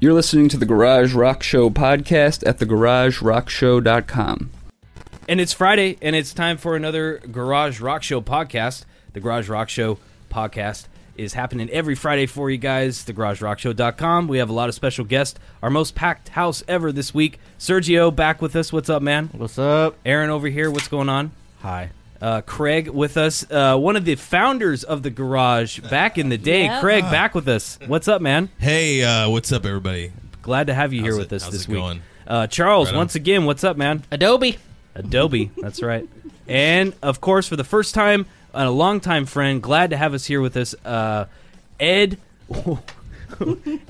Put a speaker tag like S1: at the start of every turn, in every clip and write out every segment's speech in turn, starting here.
S1: You're listening to the Garage Rock Show podcast at thegaragerockshow.com.
S2: And it's Friday, and it's time for another Garage Rock Show podcast. The Garage Rock Show podcast is happening every Friday for you guys. TheGarageRockShow.com. We have a lot of special guests. Our most packed house ever this week. Sergio back with us. What's up, man?
S3: What's up?
S2: Aaron over here. What's going on?
S3: Hi.
S2: Uh, Craig with us. Uh, one of the founders of the Garage back in the day.
S4: Yeah.
S2: Craig back with us. What's up, man?
S5: Hey, uh, what's up, everybody?
S2: Glad to have you here
S5: How's
S2: with
S5: it-
S2: us
S5: how's
S2: this
S5: it
S2: week.
S5: going?
S2: Uh, Charles,
S5: Right on.
S2: once again, what's up, man?
S4: Adobe.
S2: Adobe. That's right. And of course, for the first time, and a longtime friend, glad to have us here with us, uh, Ed.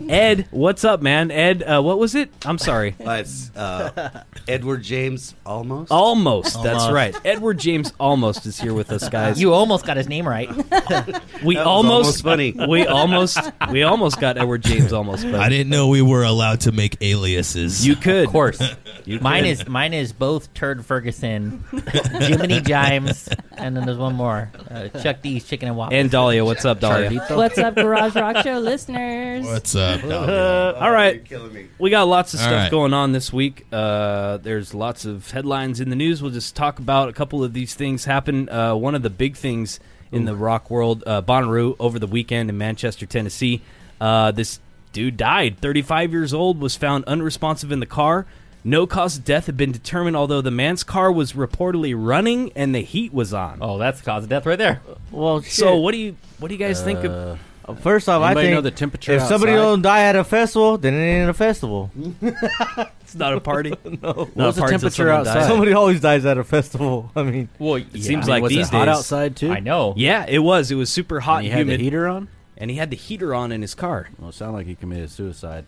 S2: Ed, what's up, man? Ed, uh, what was it? I'm sorry.
S6: Uh, it's uh, Edward James almost.
S2: Oh, Almost. That's right. Edward James almost is here with us, guys.
S3: You almost got his name right.
S2: we
S6: That was
S2: almost,
S6: almost funny.
S2: We almost. We almost got Edward James almost. But
S5: I didn't know we were allowed to make aliases.
S2: You could.
S3: Of course.
S2: You
S3: mine
S2: could.
S3: is mine is both Turd Ferguson, Jiminy Jimes, and then there's one more. Uh, Chuck D's Chicken and Waffles.
S2: And Dahlia, what's up, Dahlia?
S3: Chardito.
S4: What's up, Garage Rock Show listeners?
S5: what's up?
S2: Uh, all
S6: You're
S2: right.
S6: killing me.
S2: We got lots of
S5: All
S2: stuff
S5: right.
S2: going on this week. Uh, there's lots of headlines in the news. We'll just talk about a couple of these things happen. Uh, one of the big things in the rock world, uh, Bonnaroo over the weekend in Manchester, Tennessee. Uh, this dude died. 35 years old, was found unresponsive in the car. No cause of death had been determined, although the man's car was reportedly running and the heat was on.
S7: Oh, that's the cause of death right there.
S3: Well,
S2: so what do you what do you guys think of?
S3: Uh, first off,
S7: Uh, Anybody know the temperature
S3: if somebody
S7: outside?
S3: don't die at a festival, then it ain't a festival.
S2: Mm, It's not a party. no,
S7: What's the temperature outside?
S3: Somebody always dies at a festival. I mean,
S7: Well, it
S2: seems like
S7: was
S2: these
S7: it hot
S2: days-
S7: outside too.
S3: I
S7: know.
S2: Yeah, it was. It was super hot
S7: And
S2: and,
S7: he had
S2: humid.
S7: the heater on.
S2: and he had the heater on in his car.
S7: Well, it sounded like he committed suicide.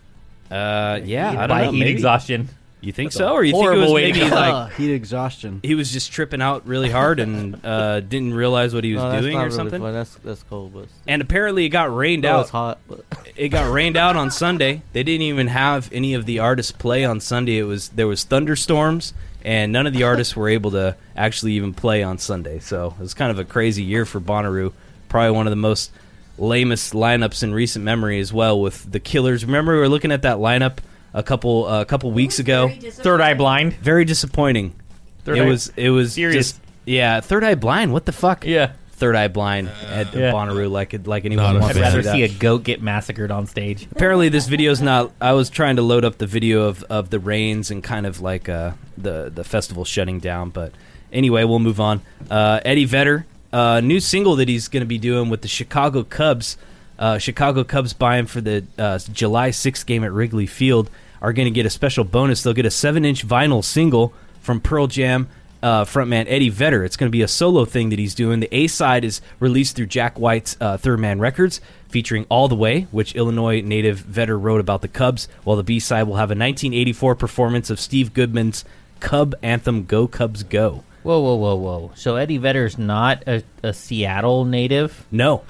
S2: Uh, yeah, I don't
S4: By
S2: know.
S4: heat
S2: maybe-
S4: exhaustion.
S2: You think so, or you think it was
S4: horrible way
S2: maybe
S4: to go.
S2: like
S7: Heat exhaustion.
S2: he was just tripping out really hard and uh, didn't realize what he was
S3: no, that's
S2: doing
S3: not
S2: or
S3: really
S2: something?
S3: fun. That's that's cold, but
S2: And apparently, it got rained
S3: that was
S2: out.
S3: hot. But
S2: It got rained out on Sunday. They didn't even have any of the artists play on Sunday. It was there was thunderstorms, and none of the artists were able to actually even play on Sunday. So it was kind of a crazy year for Bonnaroo. Probably one of the most lamest lineups in recent memory as well. With the Killers, remember we were looking at that lineup a couple uh, a couple weeks ago.
S4: Third eye blind.
S2: very disappointing.
S4: Third
S2: it
S4: Eye-
S2: was it was
S4: Serious.
S2: just- yeah, Third Eye Blind. What the fuck?
S4: Yeah.
S2: Third Eye Blind at
S4: Yeah.
S2: Bonnaroo, like it- like
S5: Not
S2: anyone
S5: a
S2: wants
S5: fan.
S2: to
S5: I'd
S2: do
S3: rather
S2: that.
S3: see a goat get massacred on stage.
S2: Apparently, this video's not. I was trying to load up the video of, of the rains and kind of like uh, the the festival shutting down. But anyway, we'll move on. Uh, Eddie Vedder, uh, new single that he's going to be doing with the Chicago Cubs. Uh, Chicago Cubs buy him for the uh, July 6th game at Wrigley Field. Are going to get a special bonus. They'll get a seven inch vinyl single from Pearl Jam uh, frontman Eddie Vedder. It's going to be a solo thing that he's doing. The A side is released through Jack White's uh, Third Man Records, featuring All the Way, which Illinois native Vedder wrote about the Cubs, while the B side will have a 1984 performance of Steve Goodman's Cub anthem Go Cubs Go.
S3: Whoa, whoa, whoa, whoa! So Eddie Vedder's not a, a Seattle native.
S2: No.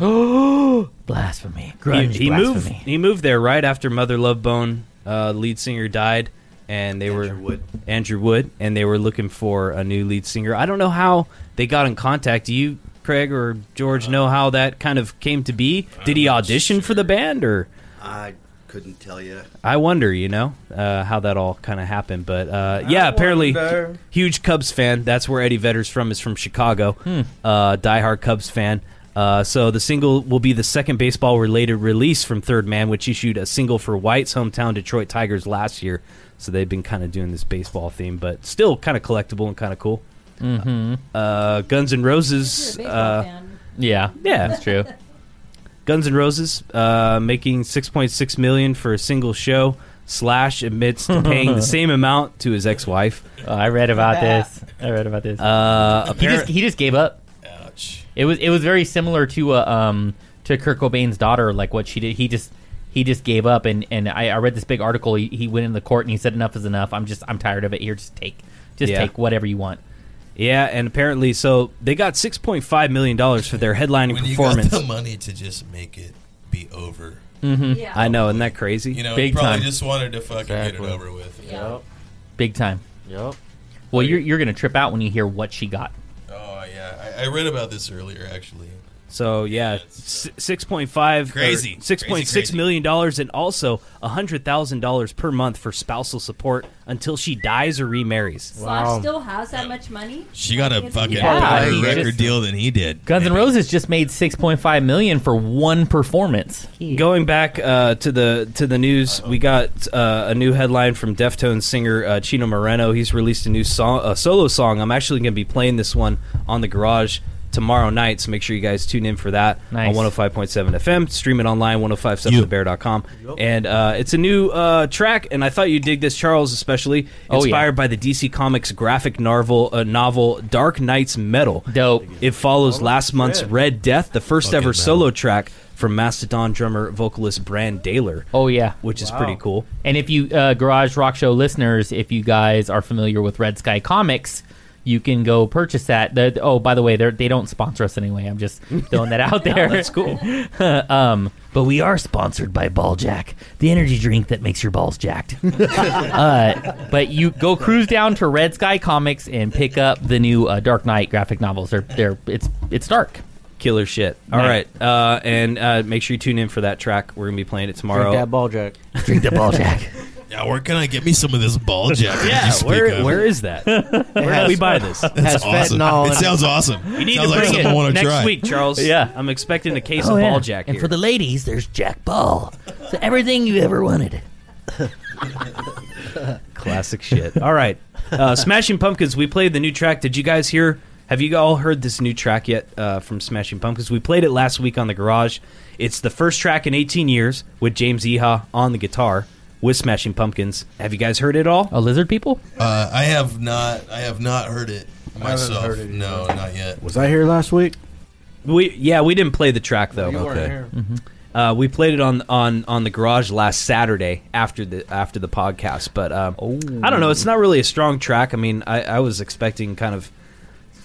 S3: Blasphemy.
S2: he,
S3: Grunge
S2: he moved,
S3: blasphemy.
S2: he moved there right after Mother Love Bone, uh, lead singer, died. And they were
S6: Andrew Wood.
S2: Andrew Wood, and they were looking for a new lead singer. I don't know how they got in contact. Do you, Craig or
S6: Uh,
S2: George, know how that kind of came to be? Did he audition for the band, or
S6: I couldn't tell you.
S2: I wonder, you know, uh, how that all kind of happened. But uh, yeah, apparently,
S6: wonder.
S2: hu- huge Cubs fan. That's where Eddie Vedder's from. Is from Chicago. Uh, diehard Cubs fan. Uh, so the single will be the second baseball-related release from Third Man, which issued a single for White's hometown Detroit Tigers last year. So they've been kind of doing this baseball theme, but still kind of collectible and kind of cool.
S3: Mm-hmm.
S2: Uh, Guns N' Roses. uh,
S3: Yeah,
S2: Yeah.
S3: that's true.
S2: Guns N' Roses uh, making 6.6 million for a single show. Slash admits to paying the same amount to his ex-wife.
S3: Oh, I read about this. I read about this.
S2: Uh,
S3: he just
S2: apparent-
S3: he just gave up.
S5: Ouch.
S3: It was it was very similar to uh, um to Kurt Cobain's daughter, like what she did. He just he just gave up, and and I, I read this big article. He, he went in the court and he said, "Enough is enough. I'm just I'm tired of it. Here, just take just
S2: Yeah.
S3: take whatever you want."
S2: yeah, and apparently, so they got 6.5 million dollars for their headlining
S5: When you got
S2: performance.
S5: the money to just make it be over,
S2: hmm, I know, isn't that crazy?
S5: you know,
S3: Big
S5: you probably
S3: time.
S5: just wanted to fucking
S3: Exactly.
S5: get it over with.
S4: Yeah.
S3: Big time.
S7: Yep.
S3: Oh, Well, you're you're gonna trip out when you hear what she got.
S5: Oh yeah, I, I read about this earlier actually.
S2: So yeah, s- six point five,
S5: Crazy.
S2: six point six
S5: Crazy, crazy.
S2: million dollars, and also hundred thousand dollars per month for spousal support until she dies or remarries.
S4: Slash still has that much money.
S5: She got a
S4: It's-
S5: fucking
S4: Yeah.
S5: better
S3: Yeah.
S5: record
S3: Just-
S5: deal than he did.
S3: Guns N' Roses just made six point five million for one performance.
S2: Going back uh, to the to the news, we got uh, a new headline from Deftones singer uh, Chino Moreno. He's released a new song, a solo song. I'm actually going to be playing this one on the garage tomorrow night, so make sure you guys tune in for that
S3: Nice.
S2: on 105.7 FM. Stream it online, 1057thebear.com. And uh, it's a new uh, track, and I thought you'd dig this, Charles, especially.
S3: Oh, yeah.
S2: Inspired by the DC Comics graphic novel, uh, novel Dark Knight's Metal.
S3: Dope.
S2: It follows last month's Red Death, the first
S5: Fucking
S2: ever
S5: metal.
S2: solo track from Mastodon drummer vocalist Brand Daler,
S3: Oh yeah.
S2: which is pretty cool.
S3: And if you uh, Garage Rock Show listeners, if you guys are familiar with Red Sky Comics, you can go purchase that. They're- oh, by the way, they they don't sponsor us anyway. I'm just throwing that out there.
S2: that's cool.
S3: um, but we are sponsored by Ball Jack, the energy drink that makes your balls jacked. uh, but you go cruise down to Red Sky Comics and pick up the new uh, Dark Knight graphic novels. They're they're it's it's dark.
S2: Killer shit. All
S3: Nice.
S2: right. Uh, and uh, make sure you tune in for that track. We're going to be playing it tomorrow.
S7: Drink that ball jack.
S3: Drink the Ball Jack.
S5: Yeah, where can I get me some of this ball jacket? you
S2: yeah,
S5: speak
S2: where,
S5: of?
S2: where is that? Where can we buy this?
S5: That's
S7: has
S5: awesome.
S7: fentanyl in
S5: It
S7: it.
S5: sounds awesome.
S2: You need to
S5: sounds like
S2: bring
S5: something I
S2: it
S5: want to
S2: next
S5: try. Oh,
S2: week, Charles.
S3: Yeah.
S2: I'm expecting a case of ball jack
S3: Oh, And
S2: here.
S3: for the ladies, there's Jack Ball. So everything you ever wanted.
S2: Classic shit. All right. Uh, Smashing Pumpkins, we played the new track. Did you guys hear? Have you all heard this new track yet uh, from Smashing Pumpkins? We played it last week on the garage. It's the first track in 18 years with James Eha on the guitar with Smashing Pumpkins. Have you guys heard it all?
S3: Oh, lizard people?
S5: Uh, I have not. I have not heard it myself.
S7: heard it
S5: no, not yet.
S7: Was I here last week?
S2: We yeah, we didn't play the track though.
S7: Okay.
S2: Uh, we played it on, on on the garage last Saturday after the after the podcast, but um, I don't know. It's not really a strong track. I mean, I, I was expecting kind of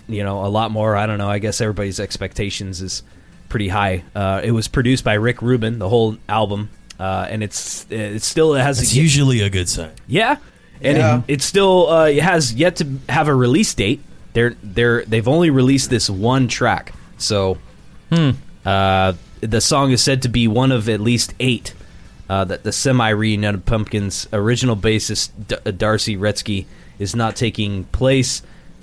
S2: you know a lot more. I don't know. I guess everybody's expectations is pretty high. Uh, it was produced by Rick Rubin, the whole album, uh, and it's it still has
S5: It's
S2: a,
S5: usually a good sign.
S2: yeah, and It, it still uh, it has yet to have a release date. They're they're they've only released this one track, so uh, the song is said to be one of at least eight uh, that the semi reunited Pumpkins original bassist D- uh, Darcy Retzky is not taking place.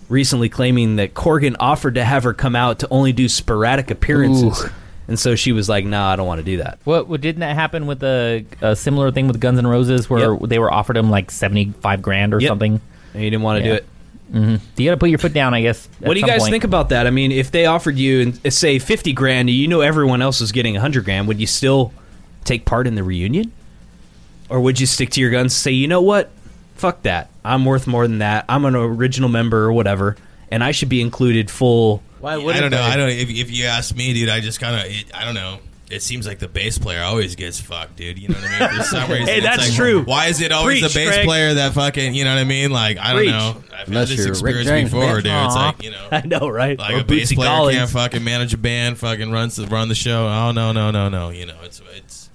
S2: Recently, claiming that Corgan offered to have her come out to only do sporadic appearances, and so she was like, "Nah, I don't want to do that."
S3: What, what didn't that happen with a, a similar thing with Guns N' Roses where
S2: Yep.
S3: they were offered him like seventy five grand or
S2: Yep.
S3: something?
S2: And he didn't want to do
S3: Yeah.
S2: it.
S3: You got to put your foot down, I guess. at
S2: What do you
S3: some
S2: guys
S3: point.
S2: think about that? I mean, if they offered you and uh, say fifty grand, you know everyone else is getting hundred grand, would you still take part in the reunion, or would you stick to your guns? and Say, you know what, fuck that. I'm worth more than that. I'm an original member or whatever, and I should be included full.
S7: Why
S5: I don't know. I don't. If, if you ask me, dude, I just kind of. I don't know. It seems like the bass player always gets fucked, dude. You know what I mean? For some reason,
S2: Hey,
S5: it's
S2: that's
S5: like,
S2: true.
S5: Why is it always
S2: Preach,
S5: the bass
S2: Craig.
S5: player that fucking? You know what I mean? Like I don't
S2: Preach.
S5: know. I've
S7: Unless
S5: had this
S7: you're Rick
S5: experience
S7: James,
S5: before,
S7: man.
S5: dude. It's
S3: Aw.
S5: like you know.
S2: I know, right?
S5: Like
S2: Or
S5: a bass
S2: Bootsy
S5: player
S2: Collins.
S5: can't fucking manage a band, fucking runs the run the show. Oh no, no, no, no. You know, it's it's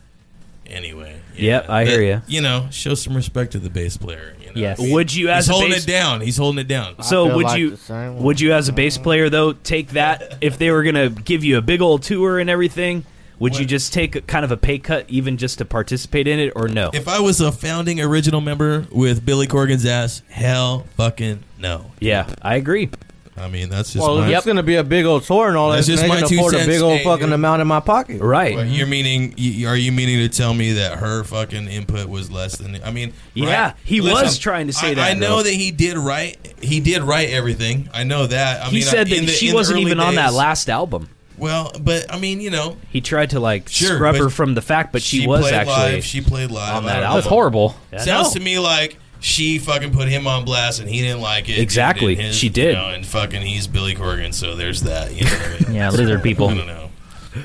S5: anyway.
S2: Yep, I hear ya.
S5: You know, show some respect to the bass player. You know?
S3: Yes.
S2: Would you
S5: He's
S2: as a
S5: holding
S2: bass-
S5: it down. He's holding it down.
S7: I
S2: So
S7: feel
S2: would
S7: like
S2: you
S7: the same
S2: would you as a bass player though take that if they were gonna give you a big old tour and everything? Would you just take a, kind of a pay cut even just to participate in it or no?
S5: If I was a founding original member with Billy Corgan's ass, hell fucking no.
S2: yeah, I agree.
S5: I mean, that's just
S7: Well,
S5: my.
S7: it's gonna be a big old tour and all
S5: That's
S7: that.
S5: just
S7: and I
S5: my
S7: can
S5: two
S7: afford a
S5: cents,
S7: big old
S5: hey,
S7: fucking
S5: dude.
S7: amount in my pocket.
S2: Right.
S5: But you're meaning? You, are you meaning to tell me that her fucking input was less than? I mean,
S2: Yeah,
S5: right?
S2: he was trying to say
S5: I,
S2: that,
S5: I know
S2: though.
S5: that he did write. He did write everything. I know that. I
S2: he
S5: mean,
S2: said
S5: I-
S2: that
S5: in the-
S2: she
S5: in the
S2: wasn't
S5: early
S2: even on that
S5: days-
S2: last album.
S5: Well, but I mean, you know,
S2: He tried to like
S5: Sure,
S2: scrub
S5: but
S2: her from the fact, but she,
S5: she
S2: was
S5: played
S2: actually.
S5: live. She played live
S2: on
S5: I
S2: that
S5: don't know.
S2: album.
S3: That's horrible.
S5: Sounds to me like she fucking put him on blast and he didn't like it.
S2: Exactly.
S5: She did.
S2: She did.
S5: You know, and fucking he's Billy Corgan, so there's that. You know what I mean?
S3: Yeah, lizard people.
S5: I don't know.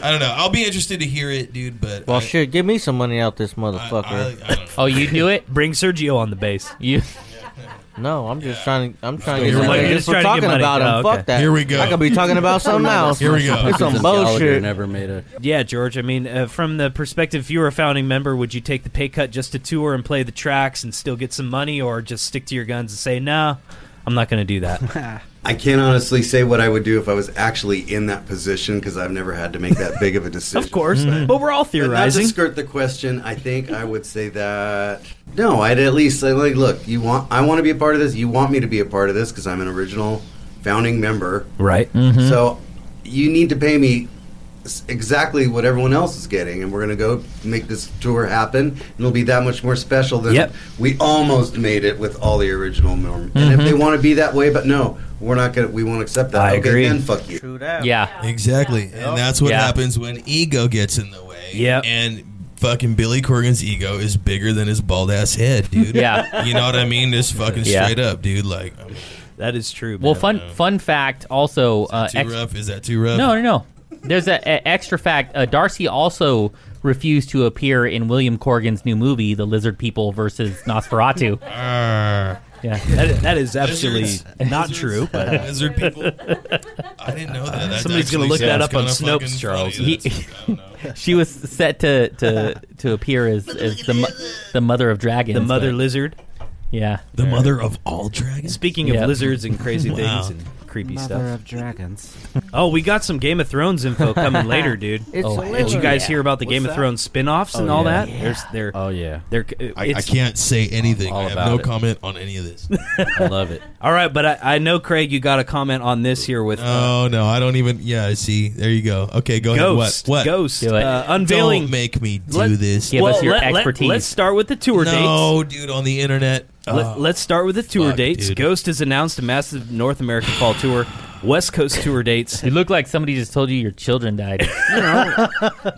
S5: I don't know. I'll be interested to hear it, dude. But
S7: Well,
S5: I,
S7: shit, give me some money out this
S5: I, I,
S7: motherfucker.
S5: I don't know.
S3: Oh, you do it?
S2: Bring Sergio on the bass.
S3: You
S7: no, I'm just
S5: Yeah.
S7: trying. To, I'm trying
S5: You're
S7: to get
S5: like-
S7: money
S5: you're
S7: just
S2: just
S7: for
S2: trying to get
S7: talking
S2: money.
S7: about him.
S2: Oh, okay.
S7: Fuck that.
S5: Here we go.
S7: I could be talking about something else.
S5: Here we go.
S7: It's some
S8: Gallagher
S7: bullshit.
S8: never made a
S2: Yeah, George. I mean, uh, from the perspective, if you were a founding member, would you take the pay cut just to tour and play the tracks and still get some money, or just stick to your guns and say, "No, I'm not going to do that."
S6: I can't honestly say what I would do if I was actually in that position because I've never had to make that big of a decision.
S2: Of course, Mm-hmm. but we're all
S6: But not to
S2: theorizing.
S6: skirt the question, I think I would say that no, I'd at least say like, look, you want I want to be a part of this. You want me to be a part of this because I'm an original founding member.
S2: Right.
S5: Mm.
S6: So you need to pay me s- exactly what everyone else is getting, and we're going to go make this tour happen. And it'll be that much more special than
S2: Yep.
S6: we almost made it with all the original members. And if they want to be that way, but no, we're not going. to We won't accept that.
S2: Mm-hmm. I
S6: okay,
S2: agree.
S6: Then fuck you.
S7: True that.
S3: Yeah.
S5: Exactly. And that's what
S3: Yeah.
S5: happens when ego gets in the way.
S2: Yep.
S5: And fucking Billy Corgan's ego is bigger than his bald ass head, dude.
S3: Yeah.
S5: You know what I mean? Just fucking
S3: Yeah.
S5: straight up, dude. Like, um, I'm
S2: That is true.
S3: Well,
S2: man.
S3: fun fun fact also uh,
S5: too
S3: ex-
S5: rough. Is that too rough?
S3: No, no, no. There's a, a extra fact. Uh, Darcy also refused to appear in William Corgan's new movie, The Lizard People versus Nosferatu.
S5: Arr.
S3: Yeah.
S2: That, that is absolutely
S5: Lizards.
S2: not true. But
S5: Lizard people. I didn't know that. That
S2: Somebody's gonna
S5: actually
S2: look that
S5: sounds
S2: up on
S5: kinda
S2: Snopes,
S5: fucking
S2: Charles.
S5: funny.
S3: He-
S5: That's- I don't know.
S3: She was set to to, to appear as, as the mo- the mother of dragons.
S2: the mother
S3: but-
S2: lizard.
S3: yeah.
S5: The mother of all dragons.
S2: Speaking of
S3: Yep.
S2: lizards and crazy
S5: Wow.
S2: things and creepy
S7: Mother
S2: stuff.
S7: of dragons.
S2: Oh, we got some Game of Thrones info coming later, dude.
S7: It's
S3: Oh,
S7: a
S3: did
S2: Did you
S7: lizard.
S2: guys hear about the
S7: What's
S2: Game of
S7: that?
S2: Thrones spin-offs and all
S3: yeah.
S2: that? There's there
S8: Oh yeah,
S2: there
S5: Oh, I, I can't say anything.
S8: all
S5: I have
S8: about
S5: no
S8: it.
S5: comment on any of this.
S8: I love it.
S2: All right, but I, I know Craig you got a comment on this here with uh,
S5: Oh no, I don't even. Yeah, I see. There you go. Okay, go
S2: Ghost.
S5: ahead. What? What?
S2: Ghost
S3: Do it.
S2: uh, unveiling
S5: Don't make me do
S2: Let-
S5: this.
S3: Give
S2: well,
S3: us your
S2: let,
S3: expertise.
S2: Let, us start with the tour dates.
S5: no, dude, on the internet. Oh.
S2: Let, us start with the tour
S5: fuck,
S2: dates.
S5: dude.
S2: Ghost has announced a massive North American fall tour, West Coast tour dates.
S3: You look like somebody just told you your children died.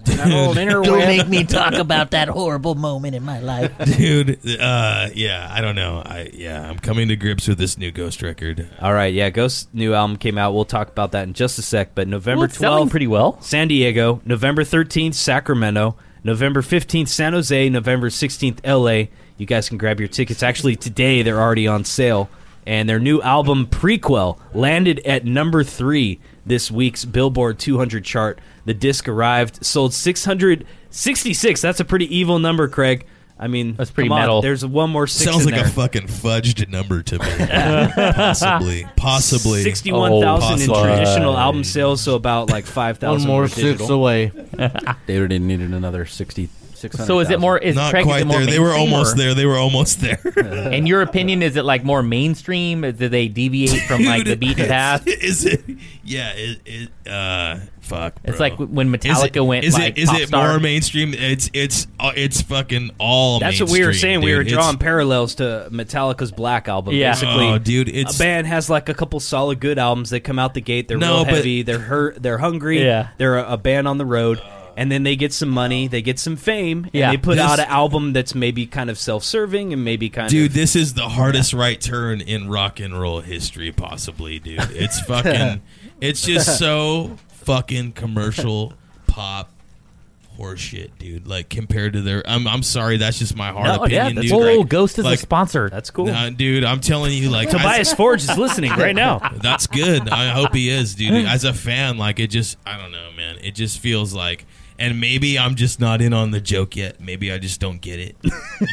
S9: Don't make me talk about that horrible moment in my life.
S5: Oh, dude. Uh, yeah, I don't know. I yeah, I'm coming to grips with this new Ghost record.
S2: All right, yeah, Ghost's new album came out. We'll talk about that in just a sec. But
S3: well,
S2: November
S3: it's selling
S2: twelfth,
S3: pretty well.
S2: San Diego. November thirteenth, Sacramento. November fifteenth, San Jose. November sixteenth, L.A. You guys can grab your tickets. Actually, today they're already on sale. And their new album prequel landed at number three this week's Billboard 200 chart. The disc arrived, sold 666. That's a pretty evil number, Craig. I mean,
S3: That's pretty
S2: come on,
S3: metal.
S2: There's one more six.
S5: Sounds
S2: in
S5: like a
S2: there.
S5: fucking fudged number to me. possibly, possibly.
S2: Sixty-one thousand
S5: Oh,
S2: in
S5: fuck.
S2: traditional album sales, so about like five
S7: One
S2: thousand
S7: more
S2: digital.
S7: six away.
S8: They already needed another 60, 600,000.
S3: So is it more? Is
S5: Not
S3: Craig, is
S5: quite
S3: it more
S5: there. They were
S3: mainstream,
S5: almost
S3: or-
S5: there. They were almost there.
S3: In your opinion, is it like more mainstream? Do they deviate from like the
S5: Dude,
S3: beaten path?
S5: Is it? Yeah. It. it uh. Fuck.
S3: It's
S5: bro.
S3: like when
S5: Is it-
S3: Metallica went
S5: is
S3: like
S5: it, is
S3: pop
S5: it
S3: star.
S5: more mainstream? It's it's uh, it's fucking all.
S2: That's what we were
S5: mainstream,
S2: saying. we
S5: dude.
S2: were
S5: It's-
S2: drawing parallels to Metallica's Black album.
S3: Yeah.
S2: Basically,
S5: Oh, dude,
S2: a
S5: it's
S2: band has like a couple solid good albums. They come out the gate, they're
S5: No,
S2: real
S5: but-
S2: heavy, they're hurt, they're hungry,
S3: Yeah.
S2: they're a, a band on the road, and then they get some money, they get some fame,
S3: Yeah.
S2: and they put
S5: This-
S2: out an album that's maybe kind of self-serving and maybe kind
S5: dude.
S2: of
S5: This is the hardest right turn in rock and roll history, possibly, dude. It's fucking. it's just so fucking commercial pop. Horseshit, dude. Like compared to their, I'm, I'm sorry. That's just my hard
S3: Oh
S5: opinion,
S3: yeah, that's
S5: dude.
S3: cool.
S5: Like-
S3: Ghost is
S5: like,
S3: a sponsor.
S2: that's cool.
S5: Nah, dude. I'm telling you, like I-
S2: Tobias Forge is listening right now.
S5: That's good. I hope he is, dude. As a fan, like it just I don't know, man. It just feels like and maybe I'm just not in on the joke yet. Maybe I just don't get it.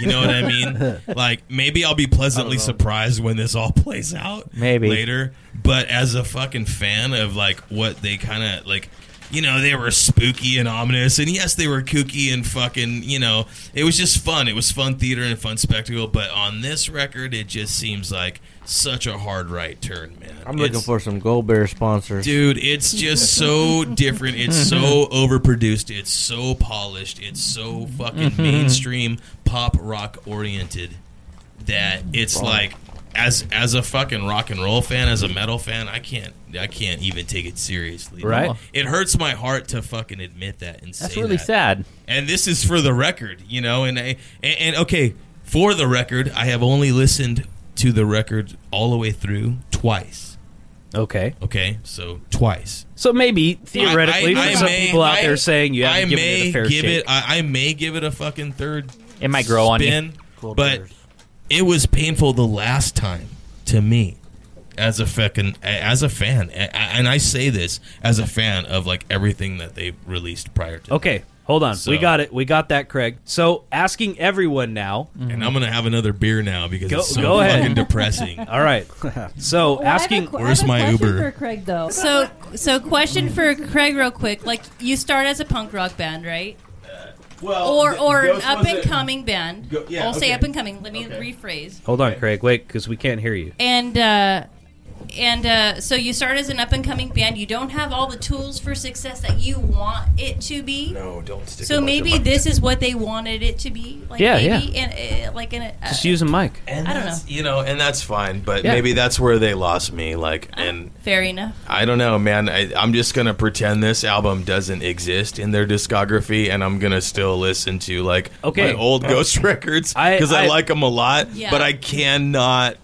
S5: You know what I mean? Like maybe I'll be pleasantly surprised when this all plays out
S3: Maybe.
S5: later. But as a fucking fan of like what they kind of like you know, they were spooky and ominous, and yes, they were kooky and fucking. You know, it was just fun. It was fun theater and fun spectacle. But on this record, it just seems like such a hard right turn, man.
S7: I'm looking
S5: It's-
S7: for some Gold Bear sponsors.
S5: Dude, it's just so different. It's so overproduced. It's so polished. It's so fucking
S7: Mm-hmm.
S5: mainstream pop rock oriented that it's like as as a fucking rock and roll fan, as a metal fan, I can't I can't even take it seriously.
S2: Right.
S5: It hurts my heart to fucking admit that and
S3: That's
S5: say
S3: really
S5: that.
S3: sad.
S5: And this is for the record, you know, and I and, and okay, for the record, I have only listened to the record all the way through twice.
S2: Okay,
S5: Okay, so twice.
S2: so maybe theoretically,
S5: I-
S2: for
S5: I- I
S2: some
S5: may-
S2: people out
S5: I-
S2: there saying you
S5: I
S2: haven't given
S5: may
S2: it a fair
S5: give
S2: shake.
S5: it. I, I may give it a fucking third.
S3: It might grow on you.
S5: spin, but it was painful the last time to me as a fucking as a fan, A- a- and I say this as a fan of like everything that they released prior to.
S2: Okay. Hold on.
S5: So-
S2: We got it. We got that, Craig. So asking everyone now.
S5: And I'm gonna have another beer now because
S2: Go-
S5: it's so
S2: go ahead.
S5: fucking depressing.
S2: All right.
S4: Oh,
S2: So asking.
S5: where's my Uber?
S4: For Craig, though.
S10: So, so question for Craig, real quick. Like, you start as a punk rock band, right?
S5: Well,
S10: Or or an up and coming band.
S5: Go- yeah,
S10: I'll say
S5: okay.
S10: up and coming. Let me
S5: Okay.
S10: rephrase.
S2: Hold on, Craig. Wait, because we can't hear you.
S10: And uh, and uh, so you start as an up and coming band. You don't have all the tools for success that you want it to be.
S5: No, don't stick.
S10: So maybe this is what they wanted it to be. Like
S2: Yeah,
S10: maybe And, uh, like in a, uh,
S2: Just use a mic.
S10: I don't know.
S5: You know, and that's fine, but
S2: Yeah.
S5: maybe that's where they lost me. Like, and
S10: Fair enough.
S5: I don't know, man. I, I'm just gonna pretend this album doesn't exist in their discography, and I'm gonna still listen to like
S2: Okay.
S5: my old Ghost records
S2: I-
S5: because I,
S2: I-
S5: like them a lot.
S10: Yeah.
S5: But I cannot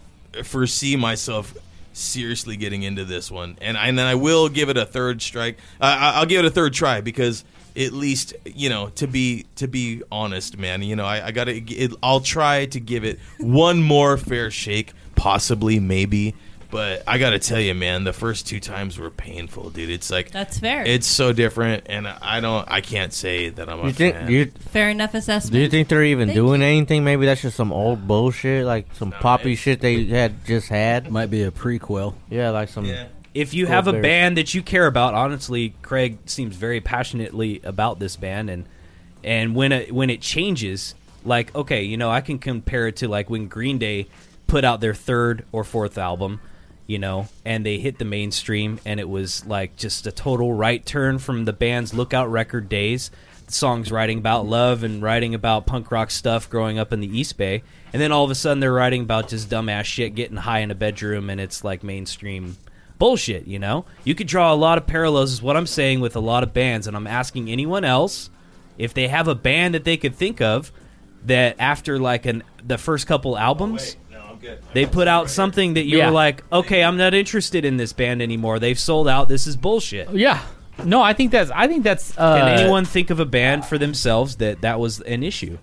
S5: foresee myself seriously getting into this one, and I, and then I will give it a third strike. Uh, I, I'll give it a third try because at least you know to be to be honest, man. You know, I, I gotta. It, I'll try to give it one more fair shake, possibly, maybe. But I gotta tell you, man, the first two times were painful, dude. It's like
S10: That's fair.
S5: it's so different, and I don't. I can't say that I'm a
S7: You think
S5: fan.
S7: you
S10: fair enough assessment.
S7: do you think they're even
S10: Thank
S7: doing anything? Maybe that's just some old bullshit, like some poppy
S5: it-
S7: shit they had just had.
S8: Might be a prequel.
S7: Yeah, like some.
S5: yeah.
S2: If you
S7: Cool
S2: have a
S7: bears.
S2: band that you care about, honestly, Craig seems very passionately about this band, and and when it, when it changes, like okay, you know, I can compare it to like when Green Day put out their third or fourth album, you know, and they hit the mainstream, and it was like just a total right turn from the band's Lookout Record days. The songs writing about love and writing about punk rock stuff growing up in the East Bay, and then all of a sudden they're writing about just dumbass shit, getting high in a bedroom, and it's like mainstream bullshit, you know? You could draw a lot of parallels, is what I'm saying, with a lot of bands. And I'm asking anyone else if they have a band that they could think of that after like an the first couple albums,
S5: No, I'm good.
S2: they put out something that you
S3: Yeah.
S2: were like, okay, I'm not interested in this band anymore. They've sold out. This is bullshit.
S3: Yeah. No, I think that's. I think that's. Uh,
S2: Can anyone think of a band for themselves that that was an issue?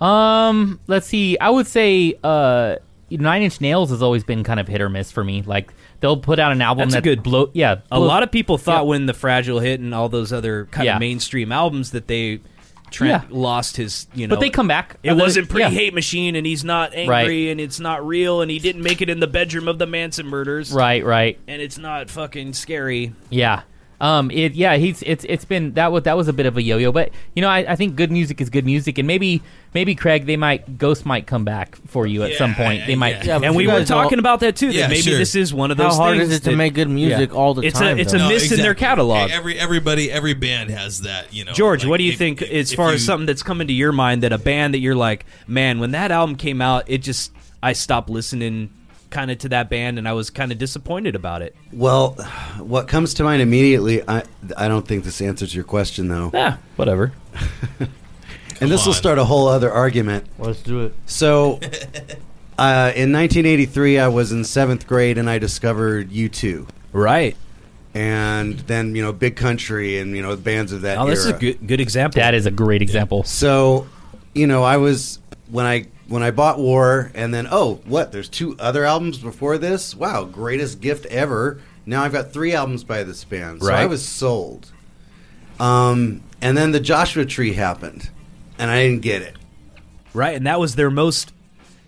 S3: Um, let's see. I would say uh, Nine Inch Nails has always been kind of hit or miss for me. Like they'll put out an album
S2: That's a
S3: that
S2: good-
S3: blow. Yeah,
S2: A lot of people thought
S3: Yeah.
S2: when the Fragile hit and all those other kind
S3: Yeah.
S2: of mainstream albums that they Trent
S3: Yeah.
S2: lost his, you know,
S3: But they come back.
S2: It
S3: Uh, they-
S2: wasn't pre
S3: yeah.
S2: hate machine, and he's not angry,
S3: Right.
S2: and it's not real, and he didn't make it in the bedroom of the Manson murders,
S3: Right, right.
S2: and it's not fucking scary.
S3: Yeah. Um. It. Yeah. He's. It's. It's been that. Was that was a bit of a yo-yo. But you know, I, I think good music is good music, and maybe maybe Craig, they might Ghost might come back for you at
S5: Yeah,
S3: some point. They
S5: yeah,
S3: might.
S7: yeah.
S2: and
S7: but
S2: we
S7: you
S2: were
S7: guys don't-
S2: talking about that too. That
S5: Yeah,
S2: maybe
S5: sure.
S2: this is one of those.
S7: How hard
S2: things
S7: is it to
S2: that-
S7: make good music all the
S2: It's a-
S7: time?
S2: it's a
S7: though?
S2: mi- miss in their catalog.
S5: Every everybody every band has that, you know.
S2: George,
S5: Like,
S2: what do you
S5: if-
S2: think
S5: if-
S2: as
S5: if
S2: far
S5: you-
S2: as something that's coming to your mind that a band that you're like, man, when that album came out, it just I stopped listening kind of to that band, and I was kind of disappointed about it.
S6: Well, what comes to mind immediately, I I don't think this answers your question though,
S2: Yeah, whatever.
S6: and this will
S5: on.
S6: start a whole other argument.
S7: Let's do it.
S6: So, uh, in 1983, I was in seventh grade and I discovered U2,
S2: Right.
S6: and then you know Big Country and you know bands of that.
S2: Oh, this is a
S6: era.
S2: good good example.
S3: That is a great example.
S6: So, you know, I was when I when I bought War, and then oh, what? There's two other albums before this. Wow, greatest gift ever. Now I've got three albums by this band, so I
S2: Right.
S6: was sold. Um, and then the Joshua Tree happened, and I didn't get it.
S2: right, and that was their most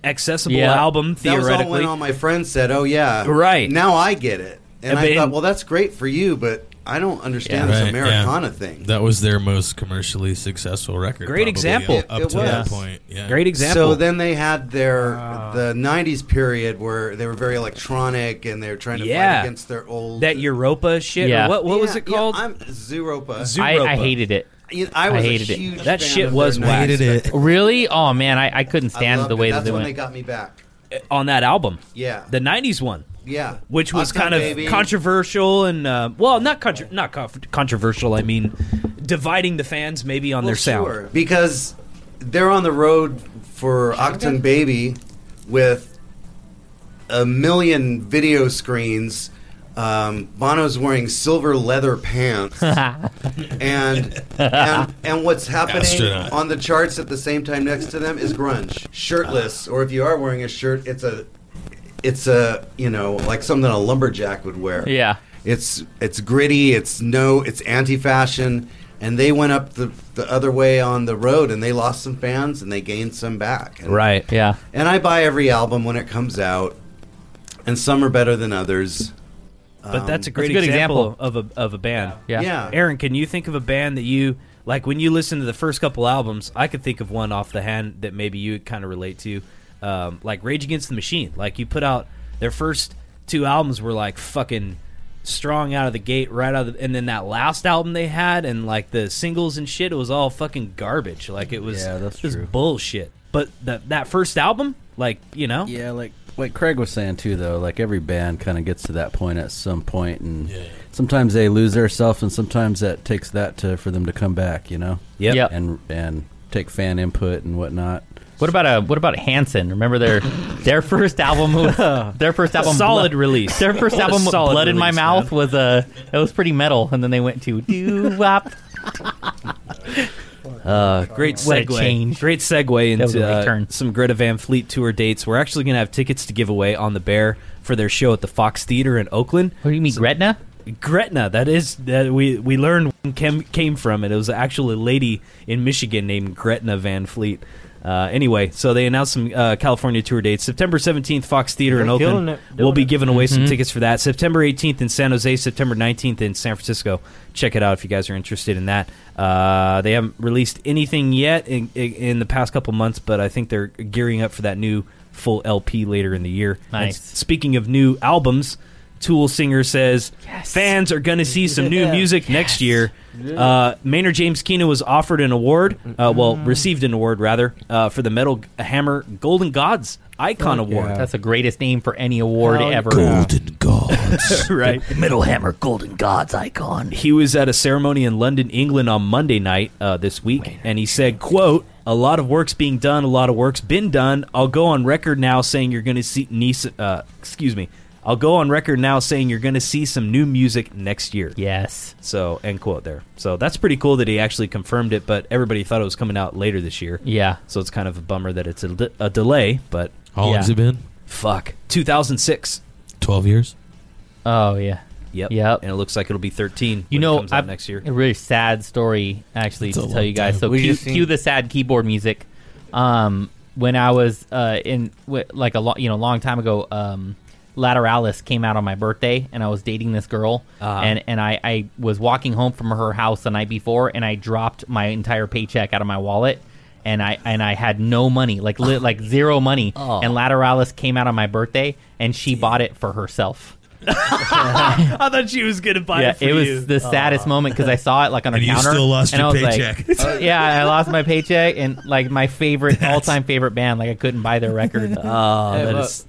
S2: accessible
S3: Yeah.
S2: album
S6: That was all
S2: theoretically.
S6: when all my friends said, "Oh yeah,
S2: Right.
S6: Now I get it." And
S2: And
S6: I
S2: but-
S6: thought, well, that's great for you, but I don't understand
S5: Yeah.
S6: this
S5: Right, yeah.
S6: Americana thing.
S5: That was their most commercially successful record.
S2: Great
S5: probably,
S2: example.
S5: Up, up
S6: It
S5: to that
S6: was.
S5: point. Yeah.
S2: Great example.
S6: So then they had their the '90s period where they were very electronic and they were trying to
S2: Yeah.
S6: fight against their old
S2: that Europa shit.
S3: Yeah.
S2: Or what what was
S6: Yeah,
S2: it called?
S6: Yeah, I'm Zeropa.
S2: Zu-
S3: I, I
S2: Europa.
S3: hated it.
S6: You know, I was
S3: hated
S6: a
S3: it.
S6: huge
S2: That
S6: fan
S2: shit
S6: of
S2: was
S6: their
S2: whack.
S6: '90s.
S5: Hated it.
S3: Really? Oh man, I, I couldn't
S6: I
S3: stand
S6: loved
S3: the
S6: it.
S3: way that
S6: That's
S3: they
S6: when
S3: went.
S6: they got me back.
S2: on that album.
S6: Yeah,
S2: The 90s one.
S6: yeah,
S2: which was
S6: Uptown
S2: kind of
S6: Baby.
S2: controversial and uh, well, not contro- not conf- controversial. I mean, dividing the fans maybe on
S6: Well,
S2: their sound.
S6: sure, because they're on the road for Octon Baby with a million video screens. Um, Bono's wearing silver leather pants, and, and and what's happening
S5: Astronaut.
S6: on the charts at the same time next to them is grunge, shirtless, or if you are wearing a shirt, it's a it's a you know like something a lumberjack would wear.
S3: Yeah.
S6: It's it's gritty. It's no. It's anti-fashion. and they went up the, the other way on the road and they lost some fans and they gained some back. And-
S2: Right.
S3: Yeah.
S6: And I buy every album when it comes out, and some are better than others.
S2: But
S6: Um,
S2: that's a great
S3: a good
S2: example, of a of a band.
S3: Yeah.
S6: Yeah.
S2: Aaron, can you think of a band that you like when you listen to the first couple albums? I could think of one off the hand that maybe you kind of relate to, um, like Rage Against the Machine. Like you put out their first two albums were like fucking strong out of the gate, right out of, the, and then that last album they had and like the singles and shit, it was all fucking garbage. Like it was
S8: Yeah, that's
S2: just
S8: true.
S2: bullshit. But that that first album, like you know,
S8: Yeah, like like Craig was saying too, though. Like every band kind of gets to that point at some point, and
S5: Yeah.
S8: sometimes they lose their self, and sometimes that takes that to for them to come back. You know.
S2: Yep. Yep.
S8: And and take fan input and whatnot.
S3: What about a what about Hanson? Remember their their first album was, their first album
S2: solid
S3: Blood-
S2: release.
S3: Their first
S2: What a
S3: album
S2: solid
S3: Blood in My
S2: release,
S3: Mouth was a it was pretty metal and then they went to doo wop. uh,
S2: Great
S3: What a
S2: segue.
S3: change.
S2: Great segue
S3: was
S2: into
S3: a big
S2: uh,
S3: turn.
S2: some Greta Van Fleet tour dates. We're actually going to have tickets to give away on the Bear for their show at the Fox Theater in Oakland.
S3: What do you mean Gretna?
S2: Gretna, that is that we we learned came, came from it. It was actually a lady in Michigan named Gretna Van Fleet. Uh, anyway, so they announced some uh, California tour dates. September 17th, Fox Theater in
S7: They're
S2: Oakland.
S7: killing it.
S2: We'll
S7: Doing
S2: be
S7: it.
S2: giving away some tickets for that. September 18th in San Jose, September 19th in San Francisco. Check it out if you guys are interested in that. Uh, they haven't released anything yet in, in, in the past couple months, but I think they're gearing up for that new full LP later in the year. And
S3: Nice.
S2: speaking of new albums, Tool singer says fans are going to see some new music next year. Uh, Maynard James Keenan was offered an award, uh, well, received an award rather, uh, for the Metal Hammer Golden Gods Icon Award.
S3: That's the greatest name for any award
S7: Hell
S3: ever.
S5: Golden gods.
S2: right.
S9: Metal Hammer Golden Gods icon.
S2: he was at a ceremony in London, England on Monday night uh, this week, and he said, "quote A lot of work's being done. A lot of work's been done. I'll go on record now saying you're going to see niece. Uh, excuse me. I'll go on record now saying you're going to see some new music next year."
S3: Yes.
S2: So end quote there. So that's pretty cool that he actually confirmed it, but everybody thought it was coming out later this year.
S3: Yeah.
S2: So it's kind of a bummer that it's a, de- a delay, but
S5: How long
S3: Yeah.
S5: has it been?
S2: fuck, 2006.
S5: Twelve years.
S3: Oh yeah.
S2: Yep.
S3: Yep.
S2: And it looks like it'll be 13.
S3: You
S2: when it
S3: know,
S2: comes out
S3: I've-
S2: next year.
S3: A really sad story, actually,
S5: It's a
S3: to tell
S5: long
S3: you guys.
S5: time.
S3: So
S7: We
S3: cue,
S7: just seen-
S3: cue the sad keyboard music. Um, when I was uh, in w- like a lo- you know long time ago, um, Lateralis came out on my birthday, and I was dating this girl,
S2: Uh-huh.
S3: and and I, I was walking home from her house the night before, and I dropped my entire paycheck out of my wallet. And I and I had no money, like li- like zero money.
S2: Oh.
S3: And Lateralis came out on my birthday, and she bought it for herself.
S2: I thought she was going to buy
S3: Yeah, it was the saddest moment because I saw it like on
S5: And
S3: a
S5: you
S3: counter,
S5: still lost
S3: and
S5: your
S3: I was
S5: paycheck.
S3: like, oh, "Yeah, I lost my paycheck and like my favorite all-time favorite band. Like I couldn't buy their record.
S2: Oh,
S7: Hey,
S2: that
S7: but
S2: is-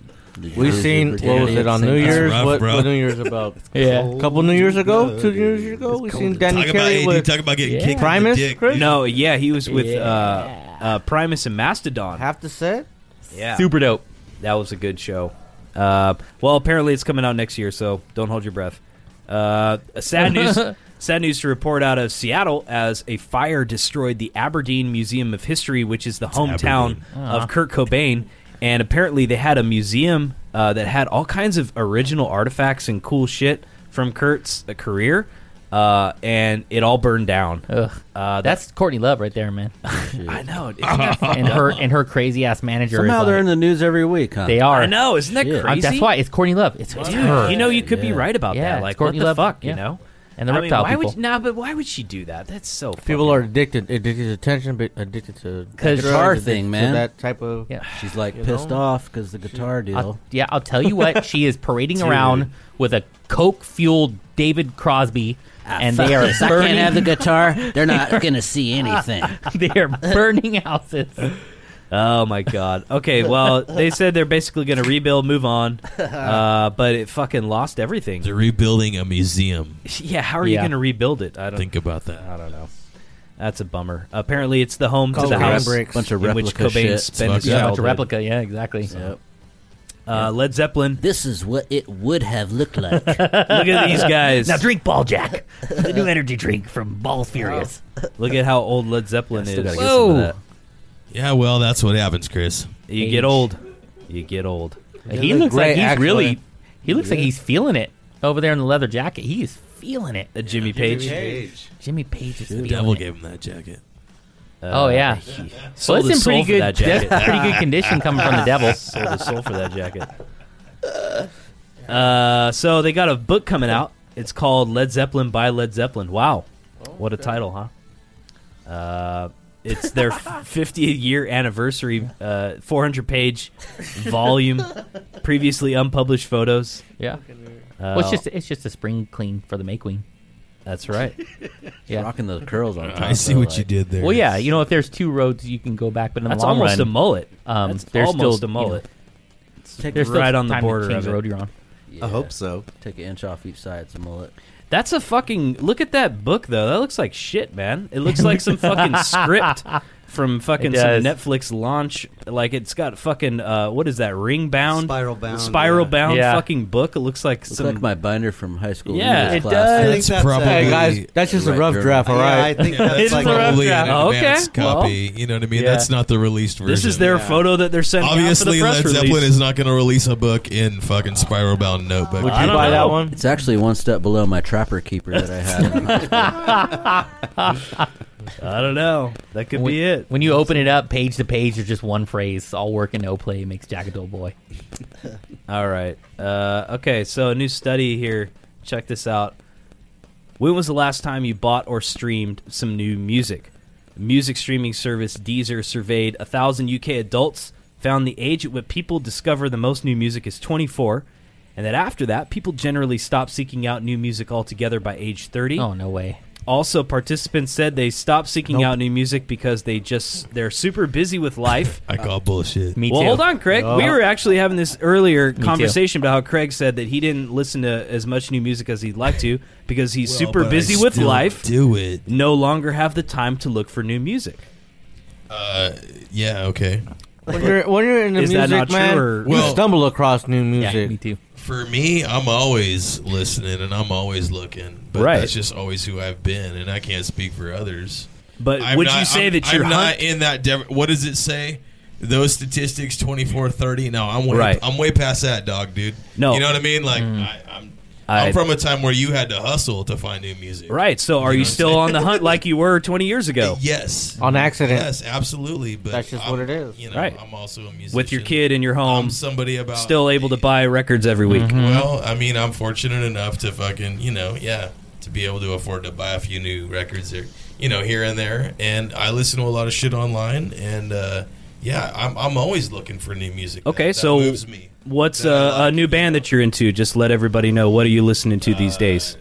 S7: We seen what was it on New
S5: That's
S7: Year's?
S5: rough,
S7: what,
S5: bro.
S7: what New Year's about?
S3: yeah,
S7: A couple New Years ago, two New Years ago, we seen Danny
S5: Talk about
S7: Carey
S5: it. You
S7: with
S5: talk about getting
S3: Yeah.
S5: kicked
S7: Primus.
S5: in the dick.
S7: Chris?
S2: no, yeah, he was with
S3: Yeah.
S2: uh, uh, Primus and Mastodon.
S7: half the set.
S2: yeah,
S3: super dope.
S2: that was a good show. Uh, well, apparently it's coming out next year, so don't hold your breath. Uh, sad news. sad news to report out of Seattle as a fire destroyed the Aberdeen Museum of History, which is the hometown
S5: Aberdeen.
S3: Uh-huh.
S2: of Kurt Cobain. And apparently they had a museum uh, that had all kinds of original artifacts and cool shit from Kurt's uh, career. Uh, and it all burned down.
S3: Ugh.
S2: Uh, that's
S3: That's Courtney Love right there, man.
S2: I know. Isn't that fucking
S3: And her and her crazy ass manager.
S8: Somehow
S3: is
S8: they're
S3: on
S8: in
S3: it.
S8: the news every week, huh?
S3: they are.
S2: I know. Isn't that
S8: Shit.
S2: crazy?
S3: Uh, that's why it's Courtney Love. It's, it's her.
S2: You know, you could be
S8: Yeah.
S2: right about
S3: Yeah,
S2: that. Like,
S3: it's
S2: what
S3: Courtney
S2: the
S3: Love,
S2: fuck,
S3: yeah.
S2: you know?
S3: and the
S2: I mean,
S3: reptile
S2: why
S3: people.
S2: Would, nah, but why would she do that? That's so.
S7: People
S2: fucking-
S7: are addicted, addicted to attention, but addicted to
S3: Cause-
S7: drugs,
S8: Guitar
S7: addicted
S8: thing,
S7: to
S8: man.
S7: That type of
S3: yeah.
S8: She's like
S7: You
S8: pissed
S7: know?
S8: off because the guitar deal.
S3: I'll, yeah, I'll tell you what. She is parading around with a coke fueled David Crosby,
S2: Ah,
S3: and they are
S9: I
S3: burning
S9: can't have the guitar. They're not gonna see anything.
S3: they are burning houses.
S2: Oh my god. Okay. Well, they said they're basically going to rebuild, move on, uh, but it fucking lost everything.
S5: They're rebuilding a museum.
S2: Yeah. How are you
S3: Yeah.
S2: going to rebuild it? I don't.
S5: Think about
S2: I
S5: that.
S2: don't know. That's a bummer. Apparently, it's the home to
S7: Called
S2: the
S7: Graham
S2: house
S7: Briggs.
S8: bunch of
S2: in which
S8: replica
S2: Cobain
S8: shit.
S2: spent his
S5: Fuck yeah.
S3: Yeah, a bunch of
S2: childhood.
S3: replica. Yeah, exactly.
S2: Uh, Led Zeppelin.
S9: This is what it would have looked like.
S2: Look at these guys.
S9: now drink Ball Jack, the new energy drink from Ball Furious.
S2: Look at how old Led Zeppelin
S8: Still
S2: is.
S8: gotta get some of that.
S5: Yeah, well, that's what happens, Chris.
S2: You
S3: Age.
S2: get old. You get old. Uh,
S3: He
S7: look
S3: looks like
S7: great,
S3: he's
S7: actually.
S3: really. He looks like he's feeling it over there in the leather jacket. He is feeling it.
S2: Uh, Jimmy Page.
S3: Jimmy Page is
S5: The
S3: feeling
S5: devil
S3: it.
S5: gave him that jacket.
S2: Uh,
S3: Oh yeah, well,
S2: sold
S3: it's
S2: his
S3: in pretty
S2: soul for
S3: good.
S2: that jacket.
S3: That's pretty good condition coming from the devil.
S2: Sold his soul for that jacket. Uh, so they got a book coming out. It's called Led Zeppelin by Led Zeppelin. Wow, what a title, huh? Uh, it's their 50th year anniversary, uh, 400 page volume, previously unpublished photos.
S3: Yeah,
S2: Uh,
S3: well, it's just it's just a spring clean for the May Queen.
S2: that's right.
S3: Yeah.
S8: Rocking the curls on top.
S5: I see
S8: though,
S5: what
S8: like-
S5: you did there.
S3: Well, yeah, you know if there's two roads, you can go back, but in
S2: That's
S3: the long
S2: almost
S3: run,
S2: a mullet.
S3: um,
S2: That's
S3: there's
S2: almost
S3: still,
S2: a mullet.
S8: Take,
S3: There's
S8: a-
S3: still
S2: Right on the
S3: time to
S2: border
S3: change
S2: of
S3: the
S2: it.
S3: road you're on.
S8: yeah,
S6: I hope so.
S8: Take an inch off each side. It's a mullet.
S2: That's a fucking look at that book though. That looks like shit, man. It looks like some fucking script from fucking
S3: It
S2: some
S3: does.
S2: Netflix launch. Like it's got fucking uh, what is that? Ring bound,
S6: Spiral bound,
S2: spiral
S6: yeah.
S2: bound
S3: Yeah.
S2: fucking book. It looks like
S8: Looks
S2: some.
S8: like my binder from high school.
S2: Yeah,
S8: English
S2: it
S8: class.
S6: I think
S5: That's
S6: that's uh,
S5: probably.
S6: a-
S7: Hey guys, that's just a
S8: Right
S7: rough
S8: there.
S7: draft. All
S6: Yeah,
S7: right.
S6: I think
S5: Yeah,
S6: that's
S3: It's
S6: like
S3: a rough
S5: probably an
S3: draft. Oh, okay.
S5: advanced
S3: Well,
S5: copy. you know what I mean?
S3: yeah.
S5: That's not the released version.
S2: this is their photo that they're sending. out for
S5: Obviously,
S2: the press
S5: Led Zeppelin
S2: release.
S5: is not going to release a book in fucking spiral bound notebook.
S7: Would
S2: I
S7: you
S2: don't
S7: buy
S2: know.
S7: that one?
S8: It's actually one step below my trapper keeper that I had.
S2: I don't know. That could
S3: when,
S2: be it.
S3: When you open it up, page to page, there's just one phrase: "All work and no play makes Jack a dull boy."
S2: All right. Uh, okay, so a new study here. Check this out. When was the last time you bought or streamed some new music? Music streaming service Deezer surveyed 1,000 UK adults, found the age at which people discover the most new music is 24, and that after that, people generally stop seeking out new music altogether by age 30.
S3: Oh no way!
S2: Also, participants said they stopped seeking
S3: Nope.
S2: out new music because they just they're super busy with life
S5: I call bullshit.
S3: Me
S2: well,
S3: too.
S2: hold on, Craig.
S5: Oh.
S2: We were actually having this earlier
S3: too.
S2: conversation about how Craig said that he didn't listen to as much new music as he'd like to because he's super
S5: Well, but
S2: busy
S5: I
S2: with
S5: still
S2: life,
S5: Do it.
S2: no longer have the time to look for new music.
S5: Uh, yeah. Okay.
S7: When you're, when you're in the
S2: Is that not
S7: music,
S2: true,
S7: man,
S2: or-
S7: you
S5: Well-
S7: stumble across new
S3: Yeah,
S7: music.
S3: me too.
S5: For me, I'm always listening and I'm always looking, but
S2: Right.
S5: that's just always who I've been, and I can't speak for others.
S2: But
S5: I'm
S2: would
S5: not-
S2: you say
S5: I'm-
S2: that you're
S5: I'm
S2: hunt-
S5: not in that? Dev- what does it say? Those statistics, 24, 30. No, I'm way,
S2: Right.
S5: I'm way past that, dog, dude.
S2: No.
S5: you know what I mean. Like
S7: Mm.
S5: I, I'm,
S2: I-
S5: I, am from a time where you had to hustle to find new music.
S2: right? So, are
S5: You know
S2: you,
S5: what I'm
S2: still
S5: saying?
S2: on the hunt like you were 20 years ago
S5: Yes.
S7: On accident.
S5: Yes, absolutely. But
S7: That's just
S5: I'm-
S7: what it is.
S5: You know,
S2: Right.
S5: I'm also a musician
S2: with your kid in your home,
S5: I'm somebody about
S2: still able to buy records every week?
S3: Mm-hmm.
S5: Well, I mean, I'm fortunate enough to fucking, you know, yeah, to be able to afford to buy a few new records or, you know, here and there. And I listen to a lot of shit online, and uh, yeah, I'm I'm always looking for new music.
S2: Okay,
S5: that, that
S2: so
S5: moves me.
S2: What's
S5: That I
S2: uh, a
S5: like,
S2: new
S5: you
S2: band
S5: know.
S2: that you're into? Just let everybody know. What are you listening to
S5: Uh,
S2: these days?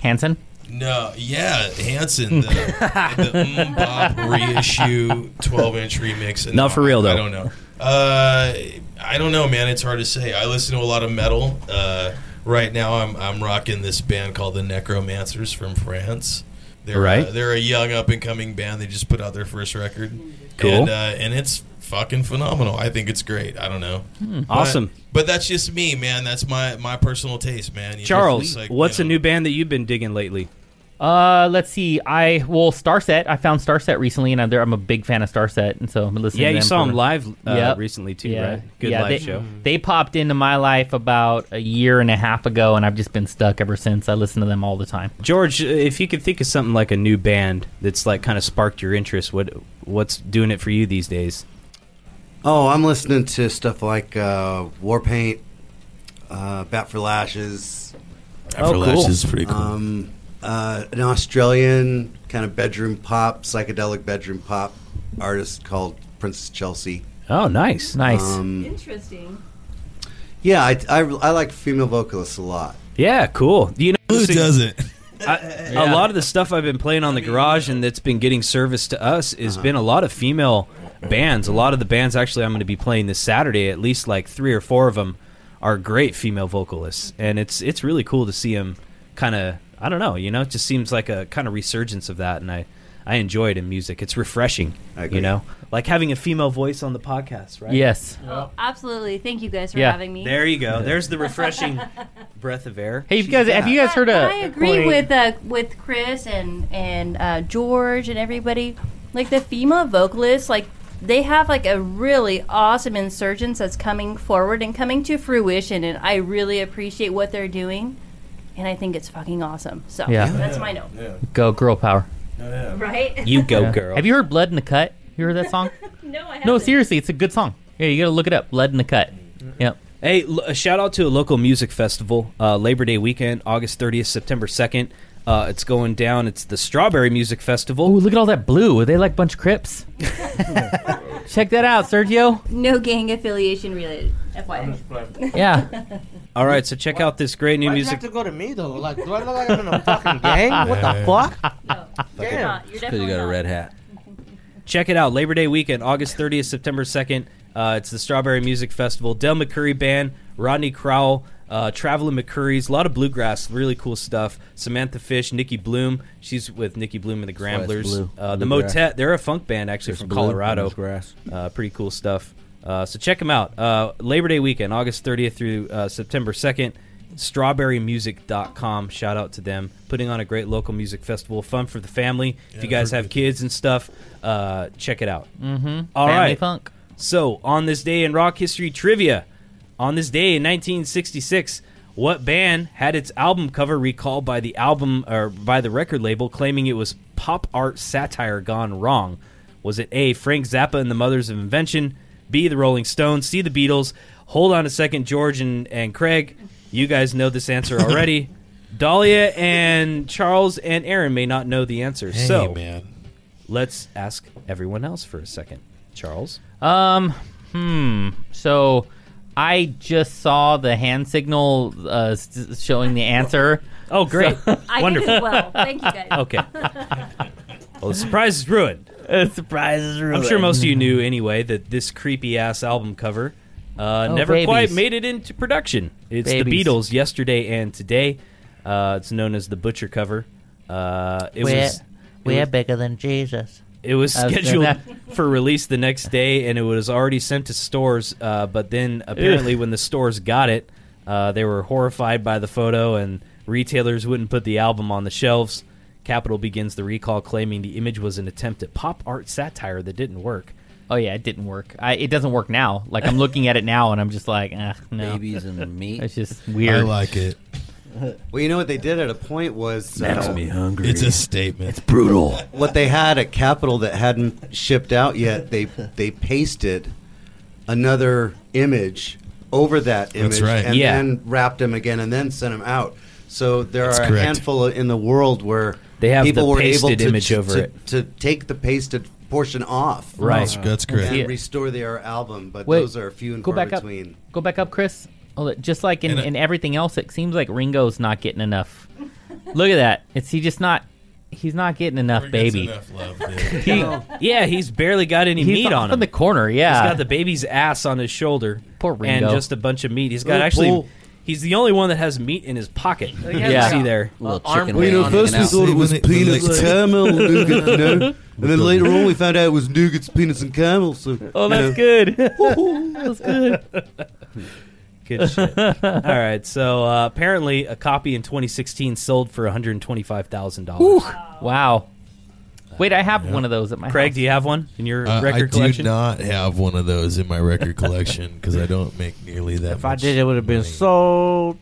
S3: Hanson.
S5: No, yeah, Hanson, the, the mm Bop reissue 12 inch remix. And
S2: Not
S5: no,
S2: for real,
S5: I- I
S2: though.
S5: don't know. Uh, I don't know, man. It's hard to say. I listen to a lot of metal. Uh, right now, I'm, I'm rocking this band called the Necromancers from France. They're,
S2: Right.
S5: uh, they're a young up and coming band. They just put out their first record.
S2: Cool.
S5: And, uh, and it's fucking phenomenal. I think it's great. I don't know. But-
S2: Awesome.
S5: But that's just me, man. That's my, my personal taste, man. You know,
S2: Charles,
S5: it's like,
S2: what's a
S5: you know,
S2: new band that you've been digging lately?
S3: Uh, let's see. I well, Starset. I found Starset recently, and I'm, there- I'm a big fan of Starset, and so I'm listening.
S2: Yeah,
S3: to
S2: you
S3: them
S2: saw
S3: for-
S2: him live uh,
S3: Yep.
S2: recently too,
S3: Yeah.
S2: right? Good
S3: Yeah,
S2: live
S3: they,
S2: show.
S3: They popped into my life about a year and a half ago, and I've just been stuck ever since. I listen to them all the time.
S2: George, if you could think of something like a new band that's like kind of sparked your interest, what what's doing it for you these days?
S6: Oh, I'm listening to stuff like uh, Warpaint, uh, Bat for Lashes,
S2: Oh,
S5: Everlast is pretty cool.
S6: um, uh, an Australian kind of bedroom pop, psychedelic bedroom pop artist called Princess Chelsea.
S2: Oh, nice.
S3: Nice.
S6: Um,
S4: Interesting.
S6: yeah, I, I, I like female vocalists a lot.
S2: Yeah, cool. You know,
S5: Who
S2: see,
S5: doesn't?
S2: I, a lot of the stuff I've been playing on the garage and that's been getting service to us has
S6: Uh-huh.
S2: been a lot of female bands. A lot of the bands actually I'm going to be playing this Saturday, at least like three or four of them are great female vocalists, and it's it's really cool to see them kind of I don't know, you know, it just seems like a kind of resurgence of that, and I I enjoy it in music. It's refreshing,
S6: I agree.
S2: you know, like having a female voice on the podcast, right?
S3: yes.
S4: Oh, absolutely. Thank you guys for
S3: Yeah.
S4: having me.
S2: There you go. There's the refreshing breath of air.
S3: Hey, you guys, have you guys heard
S4: I,
S3: of?
S4: I agree with uh, with Chris and and uh, George and everybody. Like the female vocalists, like they have like a really awesome insurgence that's coming forward and coming to fruition, and I really appreciate what they're doing. and I think it's fucking awesome. So
S3: Yeah.
S4: that's my note.
S3: Go girl power.
S4: Right?
S3: Yeah. Have you heard Blood in the Cut? You heard that song?
S4: no, I
S3: No, seriously, it's a good song. Yeah, you gotta look it up. Blood in the Cut. Yep.
S2: Hey, l- a shout out to a local music festival, uh, Labor Day weekend, August 30th, September 2nd. Uh, it's going down. It's the Strawberry Music Festival. Oh,
S3: look at all that blue. Are they like bunch of Crips? Check that out, Sergio.
S4: No gang affiliation related. FYI.
S3: Yeah.
S2: All right, so check out this great new
S7: Why
S2: music.
S7: have to go to me though? Like, do I look like I'm in a fucking gang? What the fuck?
S4: Oh. You're not. You're
S2: Because you
S4: definitely
S2: got a
S4: not.
S2: red hat. Check it out. Labor Day weekend, August 30th, September 2nd. Uh, it's the Strawberry Music Festival. Del McCurry Band, Rodney Crowell, uh, Traveling McCurry's. A lot of bluegrass, really cool stuff. Samantha Fish, Nikki Bloom. She's with Nikki Bloom and the Gramblers.
S8: blue.
S2: Uh, the
S8: Bluegrass.
S2: Motet, they're a funk band actually
S8: There's
S2: from
S8: blue and
S2: Colorado.
S8: there's grass.
S2: Uh, pretty cool stuff. Uh, so check them out. Uh, Labor Day weekend, August 30th through uh, September 2nd. Strawberrymusic.com. Shout out to them. Putting on a great local music festival. Fun for the family. if you guys have kids and stuff, uh, check it out.
S3: Mm-hmm.
S2: All right.
S3: Family Funk.
S2: So, on this day in rock history trivia, on this day in 1966, what band had its album cover recalled by the album or by the record label claiming it was pop art satire gone wrong? Was it A, Frank Zappa and the Mothers of Invention, B, the Rolling Stones, C, the Beatles? Hold on a second, George and, and Craig. You guys know this answer already. Dahlia and Charles and Aaron may not know the answer.
S11: Hey,
S2: so,
S11: man.
S2: let's ask everyone else for a second. Charles?
S3: Um, hmm. So I just saw the hand signal uh, s- showing the answer.
S2: Oh, great.
S4: I did as well. Thank you guys.
S2: Okay. Well, the surprise is ruined.
S3: surprise is
S2: I'm sure most of you knew anyway that this creepy ass album cover uh,
S3: Oh,
S2: never
S3: babies.
S2: quite made it into production. It's the
S3: Babies.
S2: Beatles yesterday and today. Uh, it's known as the Butcher cover. Uh, it
S9: We're-
S2: was. it
S9: we're
S2: was-
S9: bigger than Jesus.
S2: It was
S9: I was gonna-
S2: scheduled for release the next day, and it was already sent to stores. Uh, but then apparently, when the stores got it, uh, they were horrified by the photo, and retailers wouldn't put the album on the shelves. Capitol begins the recall, claiming the image was an attempt at pop art satire that didn't work.
S3: Oh yeah, it didn't work. I, it doesn't work now. Like I'm looking at it now, and I'm just like, ah, no.
S8: Babies and meat.
S3: It's just
S11: I
S3: weird.
S11: like it.
S6: Well, you know what they did at a point was
S8: Makes me hungry.
S11: It's a statement. It's
S6: brutal. What they had at Capitol that hadn't shipped out yet, they they pasted another image over that image,
S11: That's right.
S6: and
S11: Yeah.
S6: then wrapped them again, and then sent them out. So there
S11: That's
S6: are a
S11: correct.
S6: handful in the world where
S2: They have
S6: people
S2: the
S6: were able
S2: pasted
S6: to,
S2: image
S6: to-
S2: over
S6: to-
S2: it.
S6: to take the pasted portion off.
S2: Right. That's- that's correct.
S6: And
S3: Yeah.
S6: restore their album, but
S3: Wait,
S6: those are few and
S3: go
S6: far
S3: back up.
S6: between.
S3: Go back up, Chris. Oh, that- just like in,
S6: And it-
S3: in everything else, it seems like Ringo's not getting enough. Look at that. It's he just not. He's not getting enough, baby. He-
S2: yeah, he's barely got any
S3: He's
S2: meat
S3: off
S2: on him.
S3: in the corner, yeah.
S2: he's got the baby's ass on his shoulder. Poor
S3: Ringo.
S2: and just a bunch of meat. He's got
S3: Little
S2: actually.
S3: bull.
S2: He's the only one that has meat in his pocket.
S3: has
S2: You
S3: like
S2: see
S3: a-
S2: there,
S3: a Little arm chicken
S12: Well,
S3: wing
S12: you know, first we thought it was peanuts and caramel nougat, you know, and then later on we found out it was nougats, peanuts, and caramel. So,
S3: Oh, that's good. that's good.
S2: Good shit. All right. So uh, apparently, a copy in 2016 sold for 125 thousand dollars.
S3: Wow. Wait, I have one of those at my
S2: Craig,
S3: house.
S2: do you have one in your
S11: Uh,
S2: record
S11: I
S2: collection?
S11: do not have one of those in my record collection because I don't make nearly that
S7: If I
S11: much.
S7: did, it would have been sold.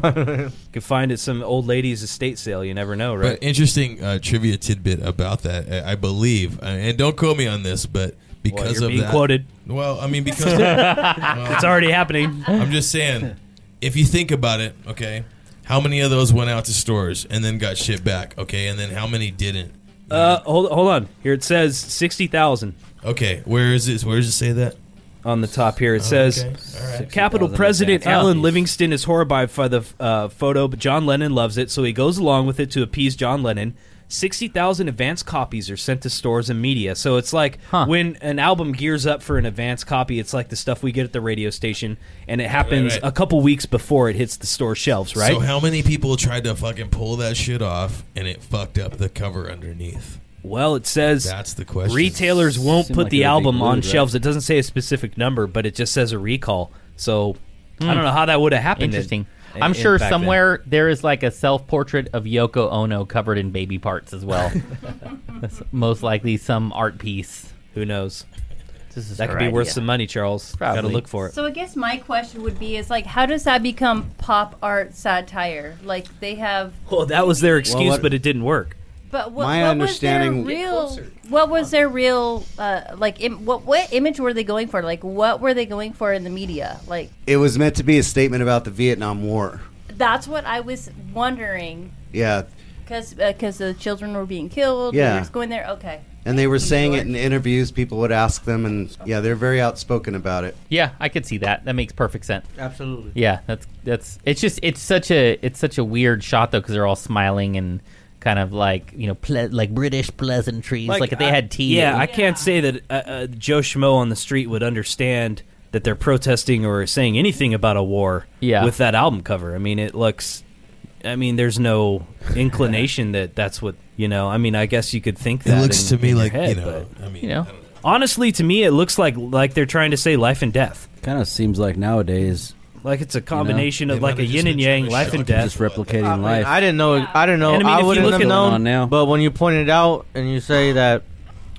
S2: Could find it some old lady's estate sale. You never know, right?
S11: But interesting uh, trivia tidbit about that, I, I believe, uh, and don't quote me on this, but because
S2: you're
S11: of
S2: being
S11: that,
S2: quoted.
S11: Well, I mean, because
S2: It's already happening.
S11: I'm just saying, if you think about it, okay, how many of those went out to stores and then got shipped back, okay, and then how many didn't?
S2: uh, hold hold on. Here it says sixty thousand.
S11: Okay, where is this? Where does it say that?
S2: On the top here, it
S11: Oh,
S2: says Capitol President Alan Livingston is horrified by the uh, photo, but John Lennon loves it, so he goes along with it to appease John Lennon. 60,000 advance copies are sent to stores and media. So it's like when an album gears up for an advance copy, it's like the stuff we get at the radio station, and it happens
S11: Right,
S2: a couple weeks before it hits the store shelves, right?
S11: So how many people tried to fucking pull that shit off and it fucked up the cover underneath?
S2: Well, it says
S11: that's the question.
S2: Retailers won't
S11: Seemed
S2: put
S11: like
S2: the
S11: it would be
S2: album on
S11: glued, right?
S2: shelves. It doesn't say a specific number, but it just says a recall. So
S11: Hmm.
S2: I don't know how that would have happened. in-
S3: Interesting.
S2: in-
S3: I'm
S2: in
S3: sure
S2: back then.
S3: somewhere there is like a self portrait of Yoko Ono covered in baby parts as well. That's most likely some art piece.
S2: Who knows?
S3: This is
S2: that could be
S3: her
S2: worth
S3: idea.
S2: some money, Charles. Got to
S3: Probably.
S2: look for it.
S4: So I guess my question would be is like how does that become pop art satire? Like they have
S2: Well, that was their excuse,
S4: what-
S2: but it didn't work.
S4: But what,
S2: My
S4: what
S2: understanding-
S4: was their real? What was their real? Uh, like, Im- what what image were they going for? Like, what were they going for in the media? Like,
S6: It was meant to be a statement about the Vietnam War.
S4: that's what I was wondering
S6: Yeah,
S4: because because the children were being killed.
S6: Yeah.
S4: they were just going there. Okay,
S6: and they were saying it in interviews. People would ask them, and yeah, they're very outspoken about it.
S3: Yeah, I could see that. That makes perfect sense.
S7: Absolutely.
S3: Yeah, that's that's. It's just it's such a it's such a weird shot though because they're all smiling and kind of like you know ple- like British pleasantries. Like, if they
S2: I-
S3: had tea.
S2: Yeah,
S3: it
S2: I
S3: would-
S2: can't say that uh, uh, Joe Schmo on the street would understand that they're protesting or saying anything about a war.
S3: Yeah.
S2: with that album cover. I mean, it looks. I mean, there's no inclination that that's what you know. I mean, I guess you could think
S11: It
S2: that.
S11: looks
S2: in-
S11: to me
S2: in your
S11: like, you
S2: head,
S11: know,
S2: but,
S11: I mean,
S2: you know. Honestly, to me, it looks like like they're trying to say life and death.
S8: Kind of seems like nowadays.
S2: Like it's a combination of like a yin and yang, life and death.
S8: Just replicating
S7: I, mean,
S8: life.
S7: I didn't know. I didn't know.
S2: And I
S7: I,
S2: mean, if you
S7: wouldn't
S2: look
S7: have
S2: at-
S7: known.
S2: on
S7: Now. But when you point it out and you say that,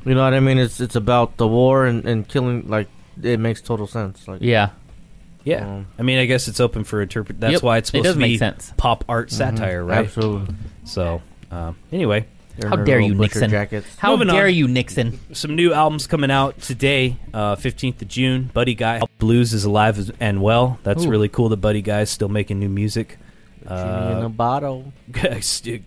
S7: you know what I mean. It's it's about the war and, and killing. Like it makes total sense. Like
S2: Yeah.
S7: Um,
S2: I mean, I guess it's open for interpret. That's
S7: Yep.
S2: why it's
S7: It
S2: supposed
S7: does
S2: to
S7: make
S2: be
S7: sense.
S2: pop art
S7: Mhm.
S8: Mm-hmm.
S2: satire, right?
S7: Absolutely.
S2: So, um, anyway.
S7: They're in How their dare little you, butcher Nixon. jackets.
S3: How dare you,
S2: Nixon? Some new albums coming out today, uh, fifteenth of June. Buddy Guy Blues is alive as- and well. That's
S7: Ooh.
S2: really cool. The Buddy Guy's still making new music. Uh,
S7: in a bottle.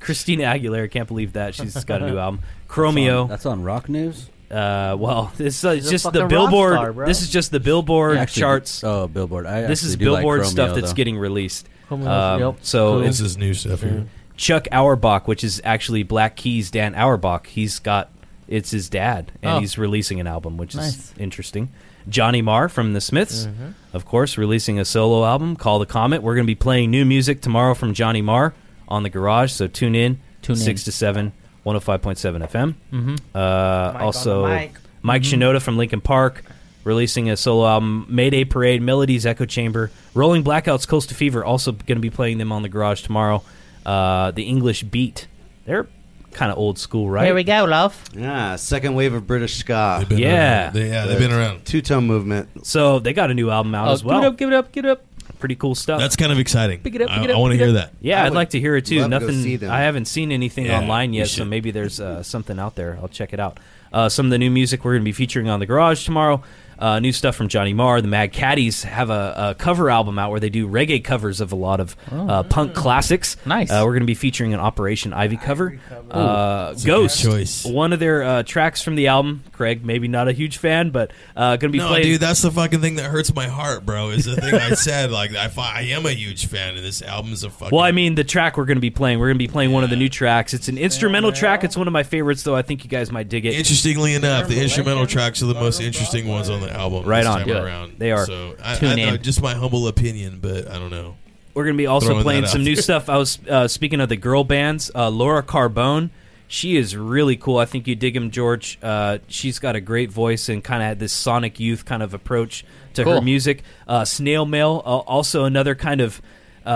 S2: Christina Aguilera can't believe that she's got a new album. Chromeo.
S8: That's on Rock News.
S2: Uh, well, this is
S8: a
S2: just the
S8: fucking rock
S2: Billboard.
S8: star, bro.
S2: this is just the Billboard
S8: Yeah, actually,
S2: charts.
S8: Oh, Billboard. I
S2: this is
S8: actually do like
S2: Billboard
S8: Chromeo,
S2: stuff that's
S8: though.
S2: getting released.
S8: Chromeo,
S2: Um,
S8: yep.
S2: So
S8: Cool.
S11: This is new stuff here.
S2: Chuck Auerbach, which is actually Black Keys Dan Auerbach. He's got it's his dad, and
S3: Oh.
S2: he's releasing an album, which is
S3: Nice.
S2: interesting. Johnny Marr from the Smiths,
S3: Mhm.
S2: of course, releasing a solo album, Call the Comet. We're going to be playing new music tomorrow from Johnny Marr on the Garage. So tune in,
S3: Tune in.
S2: six to seven, 105.7 FM.
S3: Mhm.
S2: Uh,
S3: Mike on
S2: also,
S3: the mic.
S2: Mike
S3: Mhm.
S2: Shinoda from Lincoln Park releasing a solo album, Mayday Parade, Melodies Echo Chamber, Rolling Blackouts, Coast to Fever. Also going to be playing them on the Garage tomorrow. Uh, the English Beat, they're kind of old school, right?
S3: Here we go, love.
S6: Yeah, second wave of British ska.
S2: been Yeah. around. They-
S11: yeah, they've been around.
S6: Two tone movement.
S2: So they got a new album out
S3: Oh,
S2: as well.
S3: Give it up, give it up, give it up.
S2: Pretty cool stuff.
S11: That's kind of exciting.
S3: Pick it up,
S11: I-
S3: pick it up,
S11: I want to
S3: pick it
S11: hear
S3: up.
S11: that.
S2: Yeah,
S3: I
S2: I'd
S3: would
S2: like to hear it too.
S3: love to go
S2: Nothing.
S3: see them.
S2: I haven't seen anything
S3: Yeah,
S2: online
S3: you
S2: yet, so maybe there's uh, something out there. I'll check it out. Uh, some of the new music we're going to be featuring on the Garage tomorrow. Uh, new stuff from Johnny Marr. The Mad Caddies have a, a cover album out where they do reggae covers of a lot of uh, punk classics.
S3: Oh. Nice.
S2: Uh, we're going to be featuring an Operation Ivy cover. Uh,
S11: It's a good
S2: Ghost,
S11: choice.
S2: one of their uh, tracks from the album. Craig, maybe not a huge fan, but uh, going to be
S11: no,
S2: playing.
S11: dude, that's the fucking thing that hurts my heart, bro. Is the thing I said. Like, I, fi- I am a huge fan, and this album is a fucking.
S2: Well, I mean, the track we're going to be playing, we're going to be playing one of the new tracks. It's an instrumental track. It's one of my favorites, though. I think you guys might dig it.
S11: Interestingly enough, the instrumental tracks are the most interesting ones on the album.
S2: Right
S11: this
S2: on.
S11: time
S2: Yeah.
S11: around.
S2: They are.
S11: So I,
S2: Tune
S11: I know,
S2: in.
S11: just my humble opinion, but I don't know.
S2: We're going to be also
S11: Throwing
S2: playing
S11: that
S2: some
S11: out
S2: new
S11: there.
S2: stuff. I was uh, speaking of the girl bands, uh, Laura Carbone. She is really cool. I think you dig him, George. Uh, she's got a great voice and kind of had this Sonic Youth kind of approach to her
S3: Cool.
S2: music. Uh, Snail Mail, uh, also another kind of uh,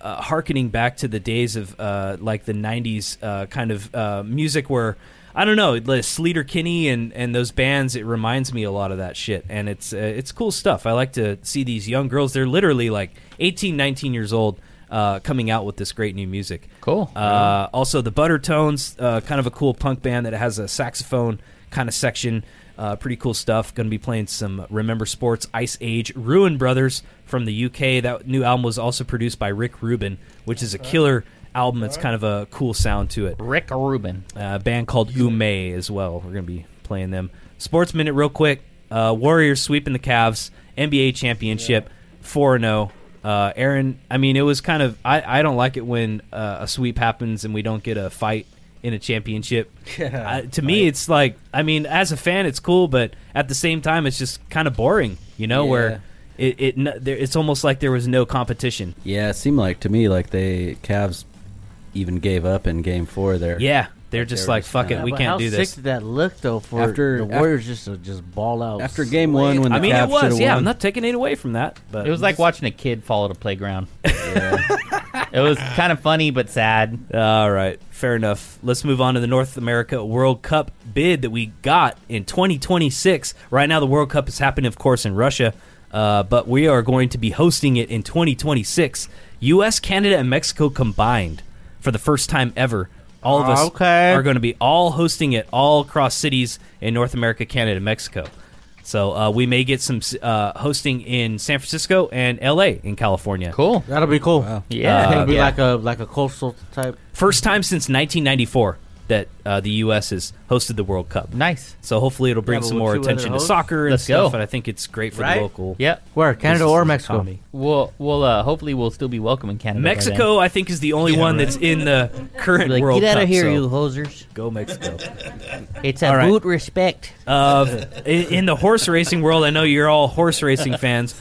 S2: uh, harkening back to the days of uh, like the '90s uh, kind of uh, music where. I don't know, like Sleater Kinney and, and those bands. It reminds me a lot of that shit, and it's uh, it's cool stuff. I like to see these young girls. They're literally like 18, 19 years old, uh, coming out with this great new music.
S3: Cool.
S2: Uh, also, the Butter Tones, uh, kind of a cool punk band that has a saxophone kind of section. Uh, pretty cool stuff. Going to be playing some Remember Sports, Ice Age, Ruin Brothers from the UK. That new album was also produced by Rick Rubin, which is a killer album. It's kind of a cool sound to it.
S3: Rick Rubin.
S2: Uh, A band called Ume as well. We're going to be playing them. Sports Minute, real quick. Uh, Warriors sweeping the Cavs, NBA championship, 4 0. Uh, Aaron, I mean, it was kind of. I, I don't like it when uh, a sweep happens and we don't get a fight in a championship. I- to me, it's like, I mean, as a fan, it's cool, but at the same time, it's just kind of boring, you know,
S8: Yeah.
S2: where it, it n- there, it's almost like there was no competition.
S8: Yeah, it seemed like to me like they Cavs even gave up in Game Four there.
S2: Yeah, they're just
S8: were
S2: like, fuck
S8: kinda-
S2: it, we can't do this.
S7: Sick did that look though for
S8: After-
S7: the
S8: after-
S7: Warriors just to just ball out
S8: After game one, when the
S2: I mean,
S8: Cavs
S2: it was.
S8: should've
S2: Yeah,
S8: won.
S2: Uh, I'm not taking it away from that. But
S3: It was like watching a kid fall at a playground. It was kind of funny but sad.
S2: All right, fair enough. Let's move on to the North America World Cup bid that we got in 2026. Right now, the World Cup is happening, of course, in Russia, uh, but we are going to be hosting it in 2026. U.S., Canada, and Mexico combined for the first time ever. All of us
S7: Okay.
S2: are going to be all hosting it all across cities in North America, Canada, and Mexico. So uh, we may get some uh, hosting in San Francisco and L.A. in California.
S3: Cool,
S7: that'll be cool.
S2: Yeah.
S7: it'll be
S2: Yeah.
S7: like a like a coastal type.
S2: First time since 1994 that uh, the U.S. has hosted the World Cup.
S3: Nice.
S2: So hopefully it'll bring
S7: Yeah, but
S2: some
S7: with
S2: more
S7: two other
S2: attention to
S7: hosts?
S2: soccer and
S3: Let's
S2: stuff.
S3: go.
S2: And I think it's great for
S3: Right?
S2: the local.
S3: Yep.
S7: Where Canada or Mexico?
S3: We'll we'll uh, hopefully we'll still be welcome in Canada. by then.
S2: Mexico, I think, is the only one that's in the current
S3: Like,
S2: World
S9: Get out
S2: Cup.
S9: of here,
S2: so
S9: you hosers.
S2: Go Mexico.
S9: It's a
S2: All right.
S9: boot respect.
S2: Uh, in, in the horse racing world, I know you're all horse racing fans,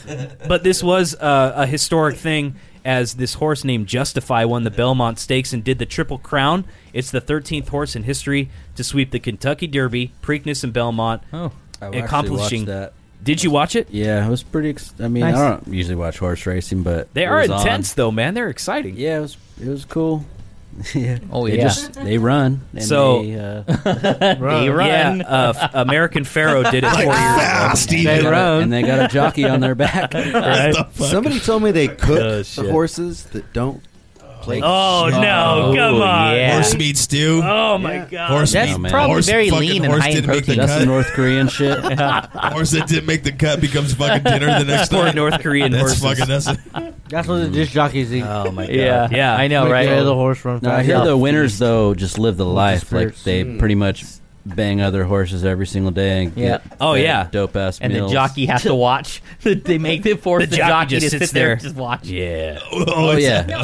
S2: but this was uh, a historic thing as this horse named Justify won the Belmont Stakes and did the Triple Crown. It's the 13th horse in history to sweep the Kentucky Derby, Preakness, and Belmont.
S8: Oh, I actually watched that.
S2: Did you watch it?
S8: Yeah, it was pretty. Ex- I mean,
S2: Nice.
S8: I don't usually watch horse racing, but
S2: They
S8: it
S2: are
S8: was on.
S2: intense, though, man. They're exciting.
S8: Yeah, it was it was cool. yeah.
S3: Oh
S8: They
S3: yeah.
S8: just- they run. And
S2: So-
S8: they, uh,
S3: They run.
S2: Yeah, uh, f- American Pharaoh did it
S8: Like
S2: four years
S8: fast,
S2: ago.
S8: even. They
S2: um,
S8: run. And they got a jockey on their back.
S2: Right?
S12: Somebody told me they cook
S2: Oh,
S12: the
S8: shit.
S12: horses that don't play.
S2: Oh,
S12: shit.
S2: no, Oh, come on. yeah.
S5: Horse meat stew.
S2: Oh my god.
S5: Horse
S3: That's
S5: meat.
S3: probably
S5: horse,
S3: very
S5: fucking
S3: lean and
S5: horse
S3: high in
S5: didn't make the
S3: protein.
S8: That's
S5: cut.
S8: some North Korean shit.
S5: horse that didn't make the cut becomes fucking dinner the next
S2: Poor
S5: day.
S2: North Korean
S5: That's
S2: horses.
S5: fucking that's
S7: That's what the disc jockeys eat.
S2: Oh my god.
S3: Yeah.
S2: Yeah.
S3: I know,
S7: Make
S3: right?
S7: The other horse run.
S8: No, I
S7: fast.
S8: hear the winners though just live the life. Like
S7: fierce.
S8: they
S7: Mm.
S8: pretty much bang other horses every single day. And
S3: Yeah.
S8: get
S2: Oh, Hmm. yeah.
S8: Dope ass
S3: and the jockey has to watch. they make the force the, jockey, to sit there, and just watch.
S2: Yeah.
S8: Oh yeah,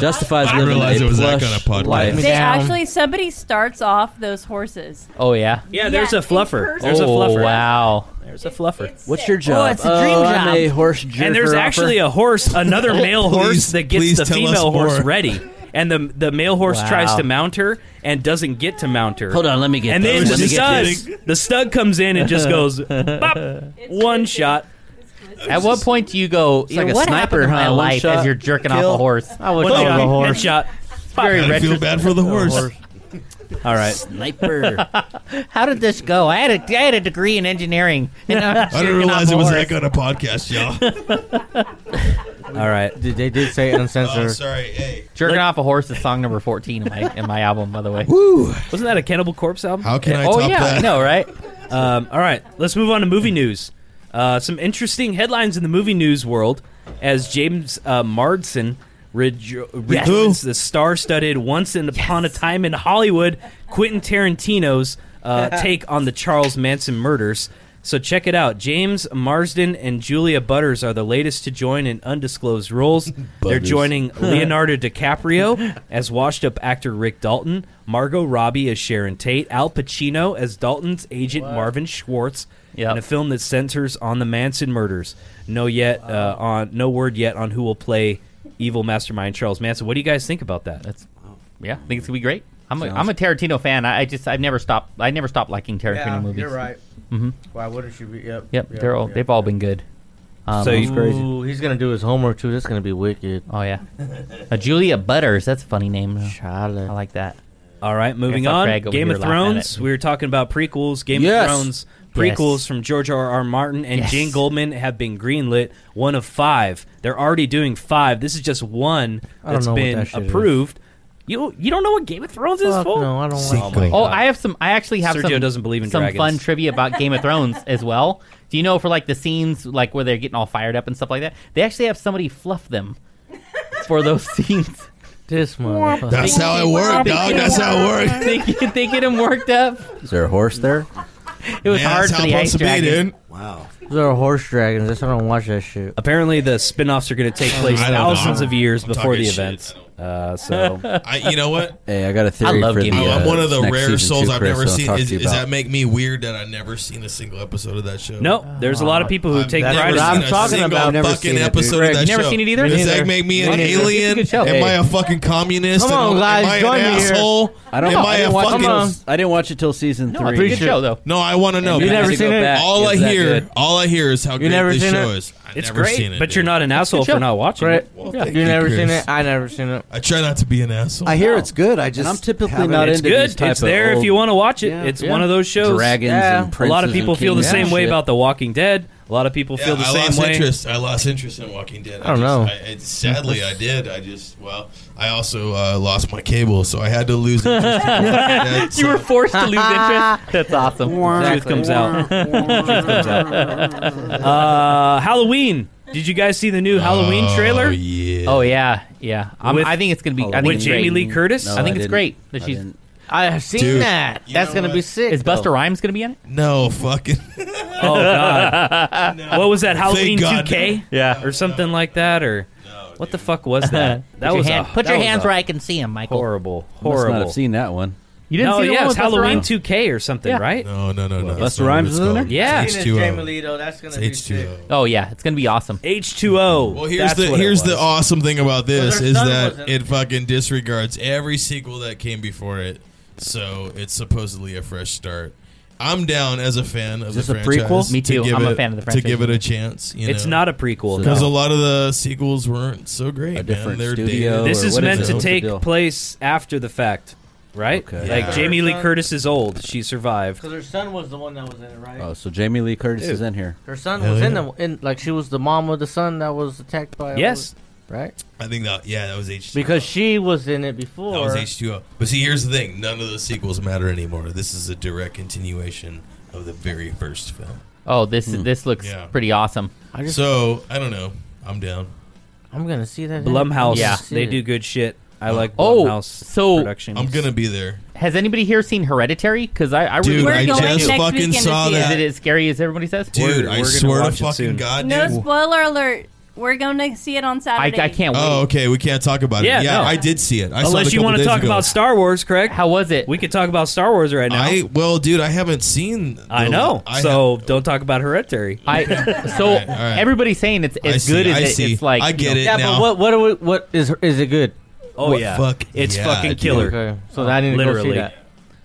S8: justifies
S5: I
S8: living
S5: realized
S8: a
S5: it was that
S8: plush
S5: kind of podcast.
S8: life.
S4: They actually somebody starts off those horses.
S3: Oh yeah.
S2: Yeah, there's
S4: Yeah,
S2: a fluffer.
S4: in
S2: There's a
S3: oh
S2: fluffer.
S3: wow.
S2: There's a fluffer.
S8: What's your
S7: Oh,
S8: job?
S4: Oh,
S9: it's
S3: Uh,
S9: a dream
S8: I'm
S9: job.
S8: a horse jerker.
S2: and there's actually a horse, another male
S5: Oh, Please-
S2: horse that gets
S5: please
S2: the
S5: tell us
S2: female horse
S5: more.
S2: ready. And the the male horse
S3: Wow.
S2: tries to mount her and doesn't get to mount her.
S8: Hold on, let me get.
S2: and then
S8: this.
S2: the
S8: Let me get
S2: stud,
S8: this.
S2: the stud comes in and just goes, bop, one shot.
S3: At what point do you go?
S8: like a
S3: what happened
S8: sniper,
S3: to my
S8: huh? One
S3: life
S8: shot,
S3: as you're jerking
S8: kill.
S3: off a horse?
S7: I would
S2: One
S7: call
S2: shot,
S7: it a horse.
S2: headshot.
S3: Very
S5: I feel
S3: retro.
S5: bad for the horse.
S2: All right.
S8: Sniper.
S3: How did this go? I had a I had a degree in engineering. And I'm
S5: I didn't
S3: jerking
S5: realize
S3: off
S5: it
S3: a
S5: was
S3: horse.
S5: that kind of podcast, y'all.
S2: All right.
S7: Did- They did say
S5: oh,
S7: uncensored.
S5: sorry. Hey,
S3: Jerking off a horse is song number fourteen in my in my album, by the way.
S2: Wasn't that a Cannibal Corpse album?
S5: how can I
S3: oh
S5: top
S3: yeah,
S5: that?
S3: I know, right?
S2: Um, all right, let's move on to movie news. Uh, some interesting headlines in the movie news world as James uh, Marsden rejo- rejoins the star-studded "Once and Upon a Time in Hollywood" Quentin Tarantino's uh, take on the Charles Manson murders. So check it out. James Marsden and Julia Butters are the latest to join in undisclosed roles. They're joining Leonardo DiCaprio as washed-up actor Rick Dalton, Margot Robbie as Sharon Tate, Al Pacino as Dalton's agent Marvin Schwartz,
S3: Yep.
S2: in a film that centers on the Manson murders. No yet uh, on no word yet on who will play evil mastermind Charles Manson. What do you guys think about that?
S3: That's yeah. I think it's gonna be great. I'm a, I'm a Tarantino fan. I, I just I've never stopped I never stopped liking Tarantino movies. Mhm.
S7: Why wouldn't you be? Yep.
S3: Yep, they're all they've all been good. Um,
S2: So you-
S8: crazy.
S7: Ooh, he's gonna do his homework too. That's gonna be wicked.
S3: oh yeah, uh, Julia Butters. That's a funny name.
S7: Charlie.
S3: I like that.
S2: All right, moving
S3: saw
S2: on.
S3: Craig over
S2: Game
S3: here
S2: of
S3: laughing at
S2: Thrones.
S3: it.
S2: We were talking about prequels. Game
S8: Yes.
S2: of Thrones
S3: Yes.
S2: prequels from George R. R. Martin and
S3: Yes.
S2: Jane Goldman have been greenlit. One of five. They're already doing five. This is just one
S7: don't
S2: that's
S7: know what
S2: been
S7: that shit is.
S2: approved. You you don't know what Game of Thrones is?
S7: Fuck
S2: fool?
S7: no, I don't
S2: Oh
S7: want.
S2: my
S3: Oh,
S2: God.
S3: I have some. I actually have
S2: Sergio
S3: some.
S2: doesn't believe in
S3: some
S2: dragons.
S3: fun trivia about Game of Thrones as well. Do you know for like the scenes like where they're getting all fired up and stuff like that? They actually have somebody fluff them for those scenes.
S7: This motherfucker.
S5: That's how it worked, dog. That's how it worked.
S3: they, get, they get them worked up.
S8: Is there a horse there?
S3: It was
S5: Man,
S3: hard
S5: that's
S3: for
S5: how
S3: the
S5: it's
S3: ice
S5: supposed to be,
S3: dragon.
S5: dude.
S6: Wow.
S7: Those are horse dragons. That's why I don't watch that shit.
S2: Apparently, the spin-offs are going to take place
S5: I don't know.
S2: thousands of years
S5: I'm
S2: before
S5: talking
S2: the
S5: shit.
S2: event. Uh, so
S5: I, you know what?
S8: Hey, I got a theory.
S3: I love
S8: for
S3: Game
S8: the,
S3: of
S5: I'm
S8: uh,
S5: one of the
S8: next
S5: rare
S8: season
S5: souls
S8: too,
S5: I've
S8: Chris,
S5: never
S8: that I'll
S5: seen.
S8: talk
S5: Is,
S8: to you
S5: does
S8: about.
S5: that make me weird that I've never seen a single episode of that show?
S2: no, there's a lot of people who
S5: I've
S2: take
S5: never
S2: pride.
S7: what
S2: in
S5: seen
S7: I'm
S2: it.
S5: a
S7: talking
S5: single
S7: about.
S5: Never fucking episode of
S3: Greg,
S5: that
S3: never
S5: show.
S3: seen it either? Me
S5: Does
S3: neither.
S5: that make me
S3: It's
S5: an
S3: a good
S5: alien?
S3: show.
S5: Am I
S3: Hey.
S5: a fucking communist?
S7: Come on,
S5: Am I-
S7: guys,
S5: Am
S7: join
S5: I
S7: me
S5: an
S7: here.
S5: asshole?
S8: I don't.
S5: Am
S8: know.
S5: I
S8: I,
S5: a
S8: didn't watch
S5: fucking?
S8: until, I didn't watch it till season
S3: No,
S8: three.
S3: it's a good show though.
S5: No, I want to know.
S8: You
S7: never
S8: have to go
S7: seen it?
S8: back.
S5: all I
S8: Is that
S5: hear,
S8: good?
S5: all I hear is how
S7: You
S5: great
S7: never
S5: this
S7: seen
S5: show
S7: it?
S5: is. I've
S2: It's
S5: never
S2: great,
S5: seen it,
S2: but you're
S5: dude.
S2: not an It's a good asshole for show. not watching
S7: Great.
S2: it.
S5: Well,
S7: Yeah.
S5: thank
S7: you never
S5: Chris.
S7: seen it. I never seen it.
S5: I try not to be an asshole.
S7: I hear it's
S13: good. I
S7: just
S5: I'm typically
S7: haven't- not
S2: it's
S7: into
S2: good.
S7: these type
S2: it's
S7: of
S2: there if
S7: old-
S2: you want to watch it.
S7: Yeah.
S2: It's
S7: Yeah.
S2: one of those shows.
S7: Dragons Yeah. and
S2: a lot of
S7: princes
S2: people
S7: and
S2: feel the
S7: kings
S2: same
S7: and
S2: way
S7: shit.
S2: about The Walking Dead. A lot of people feel the
S5: I
S2: same
S5: lost
S2: way.
S5: interest. I lost interest in Walking Dead.
S2: I don't
S5: just-
S2: know.
S5: I, I, sadly, I did. I just well, I also uh, lost my cable, so I had to lose. Interest in Walking Dead,
S3: you
S5: so-
S3: were forced to lose interest. That's awesome.
S2: Truth comes out. Truth comes out. Uh, Halloween. Did you guys see the new Halloween trailer?
S5: Oh, Yeah.
S3: Oh yeah, yeah. I'm,
S2: With-
S3: I think it's gonna be. I think
S2: with
S3: it's
S2: Jamie Lee
S3: great.
S2: Curtis?
S3: I
S2: No, I
S3: think it's
S2: didn't.
S3: great
S2: I
S3: that she's.
S2: didn't.
S7: I have seen
S5: Dude,
S7: that.
S5: you
S7: That's
S5: know
S7: gonna
S5: what?
S7: be sick.
S3: Is Buster Rhymes gonna be in it?
S5: No, fucking.
S2: Oh god. What was that Halloween
S5: Thank God.
S2: 2K? Yeah, or something like that or What the fuck was that?
S3: Put
S2: That
S3: your
S2: was
S3: hand-
S2: a,
S14: Put
S2: that
S14: your
S2: was
S14: hands
S2: a
S14: where I can see him, Michael.
S2: Horrible,
S8: not
S2: horrible.
S8: have seen that one.
S2: You
S8: didn't
S2: no,
S3: Oh,
S8: see the
S2: yeah,
S8: one
S2: it's
S8: with Busta
S2: Halloween
S8: Rhymes?
S2: 2K or something,
S8: Yeah.
S2: right?
S5: No, no, no, no.
S8: Busta Rhymes is in there?
S2: Yeah.
S5: It's H2O.
S7: Jamie Lee, though, that's gonna be
S5: It's
S7: sick.
S5: H2O.
S3: Oh yeah, it's gonna be awesome.
S2: H2O.
S5: Well, here's the here's the awesome thing about this
S7: their
S5: is
S7: son
S5: that
S7: wasn't.
S5: it fucking disregards every sequel that came before it, so it's supposedly a fresh start. I'm down as a fan of
S3: this
S5: the
S3: a
S5: franchise.
S3: prequel? Me
S5: to
S3: too.
S5: give
S3: I'm a
S5: it-
S3: fan of the
S5: To give it
S3: franchise.
S5: a chance, you
S2: It's
S5: know?
S2: not a prequel.
S5: because
S2: no.
S5: a lot of the sequels weren't so great.
S8: A
S5: man.
S8: different
S5: They're
S8: studio
S5: dated.
S2: This
S8: or
S2: is
S8: what is
S2: meant
S8: it?
S2: to
S8: What's the
S2: take
S8: deal?
S2: place after the fact, right?
S8: Okay.
S2: Like
S5: Yeah.
S2: Jamie Lee Curtis is old. She survived.
S7: Because her son was the one that was in it, right?
S8: Oh, so Jamie Lee Curtis is in here.
S7: Her son
S5: Hell
S7: was in
S5: yeah.
S7: the in like she was the mom of the son that was attacked by. all
S2: Yes.
S7: the- right.
S5: I think that yeah, that was H2O.
S7: Because she was in it
S5: that
S7: before.
S5: was H2O. But see, here's the thing: none of those sequels matter anymore. This is a direct continuation of the very first film.
S3: Oh, this
S2: Hmm.
S3: this looks
S5: Yeah.
S3: pretty awesome.
S7: I just,
S5: So I don't know. I'm down.
S7: I'm gonna see that.
S2: Blumhouse.
S3: Yeah.
S2: They do good shit. I like
S3: Oh,
S2: Blumhouse
S3: so-
S2: productions.
S5: I'm gonna be there.
S3: Has anybody here seen Hereditary? Because I, I really
S5: Dude,
S3: wanna
S5: I
S3: see it.
S5: just
S15: next
S5: fucking
S15: weekend to
S5: saw
S15: see
S3: Is it
S5: that.
S3: as scary as everybody says?
S5: Dude,
S2: We're-
S5: I
S2: we're gonna
S5: swear to
S2: watch it soon.
S5: fucking god,
S4: No
S5: dude.
S4: spoiler alert. We're gonna see it on
S3: I,
S4: Saturday.
S3: I can't wait.
S5: Oh, okay. We can't talk about
S2: Yeah,
S5: it. Yeah,
S2: no.
S5: I did see it. I saw it
S2: Unless
S5: a
S2: you
S5: couple
S2: want to
S5: days
S2: talk
S5: ago.
S2: about Star Wars, Craig.
S3: How was it?
S2: We could talk about Star Wars right now.
S5: I well, dude, I haven't seen. the-
S2: I know.
S5: I
S2: so don't talk about Hereditary.
S3: I so
S5: All right, all right.
S3: everybody's saying it's
S5: I
S3: as
S5: see,
S3: good
S5: I
S3: as it,
S5: see.
S3: it's like.
S5: I
S3: you
S5: get
S3: know,
S5: it.
S7: Yeah,
S5: now.
S7: but what what are we, what is is it good?
S2: Oh
S5: What
S2: yeah,
S5: fuck?
S2: it's
S5: Yeah,
S2: fucking
S5: dude.
S2: killer.
S7: Okay, so I need to
S2: Literally.
S7: go see that.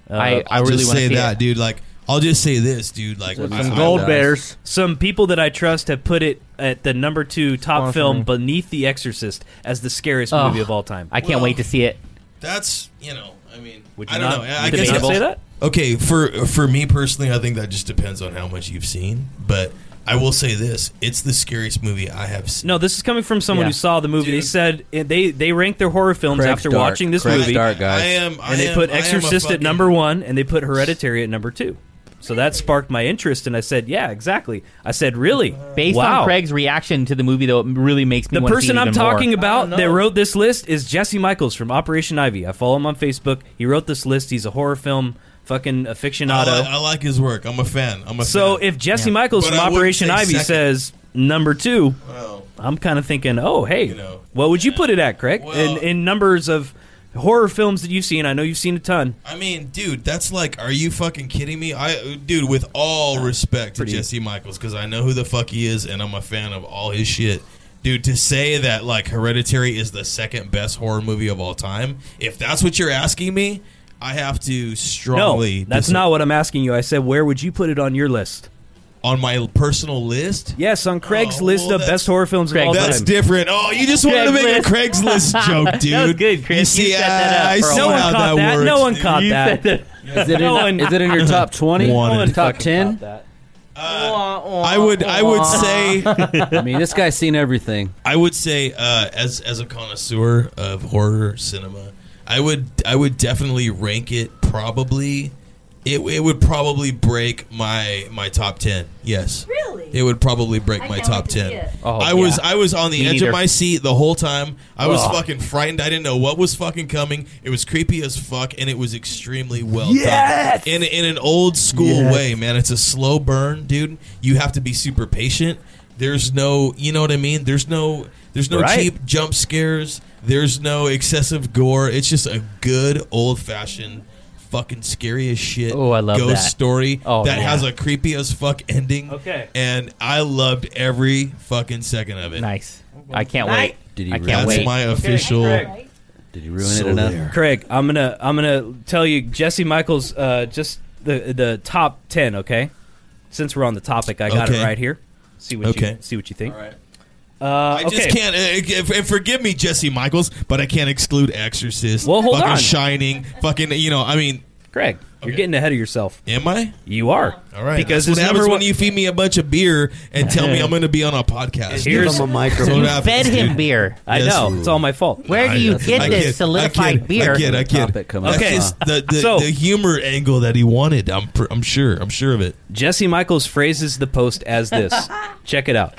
S2: Uh,
S3: I I
S5: I'll
S3: really
S5: just
S3: want to
S5: say
S3: see
S5: that,
S3: it.
S5: dude. Like, I'll just say this, dude. Like,
S7: Some
S5: I- I-
S7: gold
S8: I-
S7: bears.
S2: some people that I trust have put it at the number two top
S7: Sponsor
S2: film
S7: me.
S2: beneath The Exorcist as the scariest
S3: Oh.
S2: movie of all time.
S3: I can't
S5: Well,
S3: wait to see it.
S5: That's you know. I mean,
S2: Would you
S5: I don't
S2: not?
S5: know. I I
S2: would you
S5: guess
S2: not
S5: that's-
S2: say that?
S5: Okay, for for me personally, I think that just depends on how much you've seen. But I will say this: it's the scariest movie I have seen.
S2: No, this is coming from someone
S3: Yeah.
S2: who saw the movie. They
S5: Dude.
S2: said eh, they they ranked their horror films
S8: Craig's
S2: after
S8: dark.
S2: watching this
S8: Craig's
S2: movie,
S8: dark, guys.
S5: I am, I
S2: and they
S5: am-
S2: put
S5: I am a
S2: Exorcist at
S5: fucking-
S2: number one, and they put Hereditary at number two. So that sparked my interest, and I said, "Yeah, exactly." I said, "Really?"
S3: Based
S2: wow.
S3: on Craig's reaction to the movie, though, it really makes me.
S2: The
S3: wanna see
S2: person
S3: it
S2: I'm
S3: even more.
S2: talking about
S7: know.
S2: that wrote this list is Jesse Michaels from Operation Ivy. I follow him on Facebook. He wrote this list. He's a horror film fucking
S5: I,
S2: aficionado.
S5: li- I like his work. I'm a fan. I'm a
S2: so
S5: fan.
S2: if Jesse
S3: Yeah.
S2: Michaels
S5: But
S2: from
S5: I wouldn't
S2: Operation
S5: say
S2: Ivy
S5: second.
S2: says number two,
S5: Well,
S2: I'm kind of thinking, oh hey,
S5: You know,
S2: what would you put it at, Craig? in,
S5: Well-
S2: in numbers of horror films that you've seen, I know you've seen a ton.
S5: I mean, dude, that's like, are you fucking kidding me? I, dude, with all respect to
S2: pretty-
S5: Jesse Michaels, because I know who the fuck he is, and I'm a fan of all his shit. Dude, to say that like Hereditary is the second best horror movie of all time, if that's what you're asking me, I have to
S2: No,
S5: strongly.
S2: that's
S5: dis-
S2: not what I'm asking you. I said, where would you put it on your list?
S5: on my personal list.
S2: Yes, on Craig's
S5: well,
S2: list of
S5: Oh, that's-
S2: best horror films
S3: Craig,
S2: of all
S5: That's
S2: time.
S5: different. Oh, you just wanted to make a Craigslist joke, dude.
S3: That was good, Chris. You
S5: You see,
S3: set that up
S5: I, I
S3: for a
S5: see
S2: no one
S5: how
S2: caught
S5: that,
S2: that.
S5: works.
S2: No one
S5: dude.
S2: caught
S3: You
S2: that.
S3: said that-
S8: Is it, in,
S2: No one-
S8: is it in your top 20?
S5: Wanted.
S8: top 10?
S7: Uh,
S5: I would. I would say.
S8: I mean, this guy's seen everything.
S5: I would say, uh, as as a connoisseur of horror cinema, I would I would definitely rank it. Probably, it, it would probably break my my top ten. Yes,
S4: Really?
S5: it would probably break
S4: I
S5: my
S4: can't
S5: top
S4: wait to see
S5: ten.
S4: it.
S3: Oh,
S5: I was
S3: yeah.
S5: I was on the
S3: Me
S5: edge
S3: neither.
S5: of my seat the whole time. I was
S3: Ugh.
S5: fucking frightened. I didn't know what was fucking coming. It was creepy as fuck, and it was extremely well
S13: Yes!
S5: done. In in an old school way, man. It's a slow burn, dude. You have to be super patient. There's no, you know what I mean. There's no, there's no
S2: Right.
S5: cheap jump scares. There's no excessive gore. It's just a good old fashioned. Fucking scary as shit.
S3: Oh, I love
S5: ghost
S3: that.
S5: story
S3: Oh,
S5: that
S3: yeah.
S5: has a creepy as fuck ending.
S2: Okay.
S5: and I loved every fucking second of it.
S3: Nice. I can't
S7: Night.
S3: wait.
S8: Did he
S3: I
S8: ruin
S3: can't
S5: That's
S3: wait.
S5: my official.
S8: Did you ruin
S5: So
S8: it enough?
S5: there.
S2: Craig, I'm gonna I'm gonna tell you Jesse Michaels uh, just the the top ten, okay? Since we're on the topic, I got
S5: Okay.
S2: it right here. See what
S5: Okay.
S2: you see what you think. Uh,
S5: I just
S2: okay.
S5: can't. Uh, uh, and forgive me, Jesse Michaels, but I can't exclude Exorcist.
S2: Well, hold
S5: fucking
S2: on.
S5: Shining. Fucking, you know, I mean.
S2: Greg, you're getting ahead of yourself.
S5: Am I?
S2: You are.
S5: All right.
S2: Because
S5: Because
S2: his
S5: That's what happens
S2: number
S5: when
S2: one-
S5: you feed me a bunch of beer and tell me I'm going to be on a podcast.
S2: Here's
S5: That's what happens, dude.
S2: I
S5: Yes.
S2: know. It's all my fault.
S5: Where do you get I this kid. solidified I kid. I beer? kid. I kid.
S2: Okay.
S5: That's just the, the, the humor angle that he wanted. I'm pr- I'm sure. I'm sure of it.
S2: Jesse Michaels phrases the post as this. Check it out.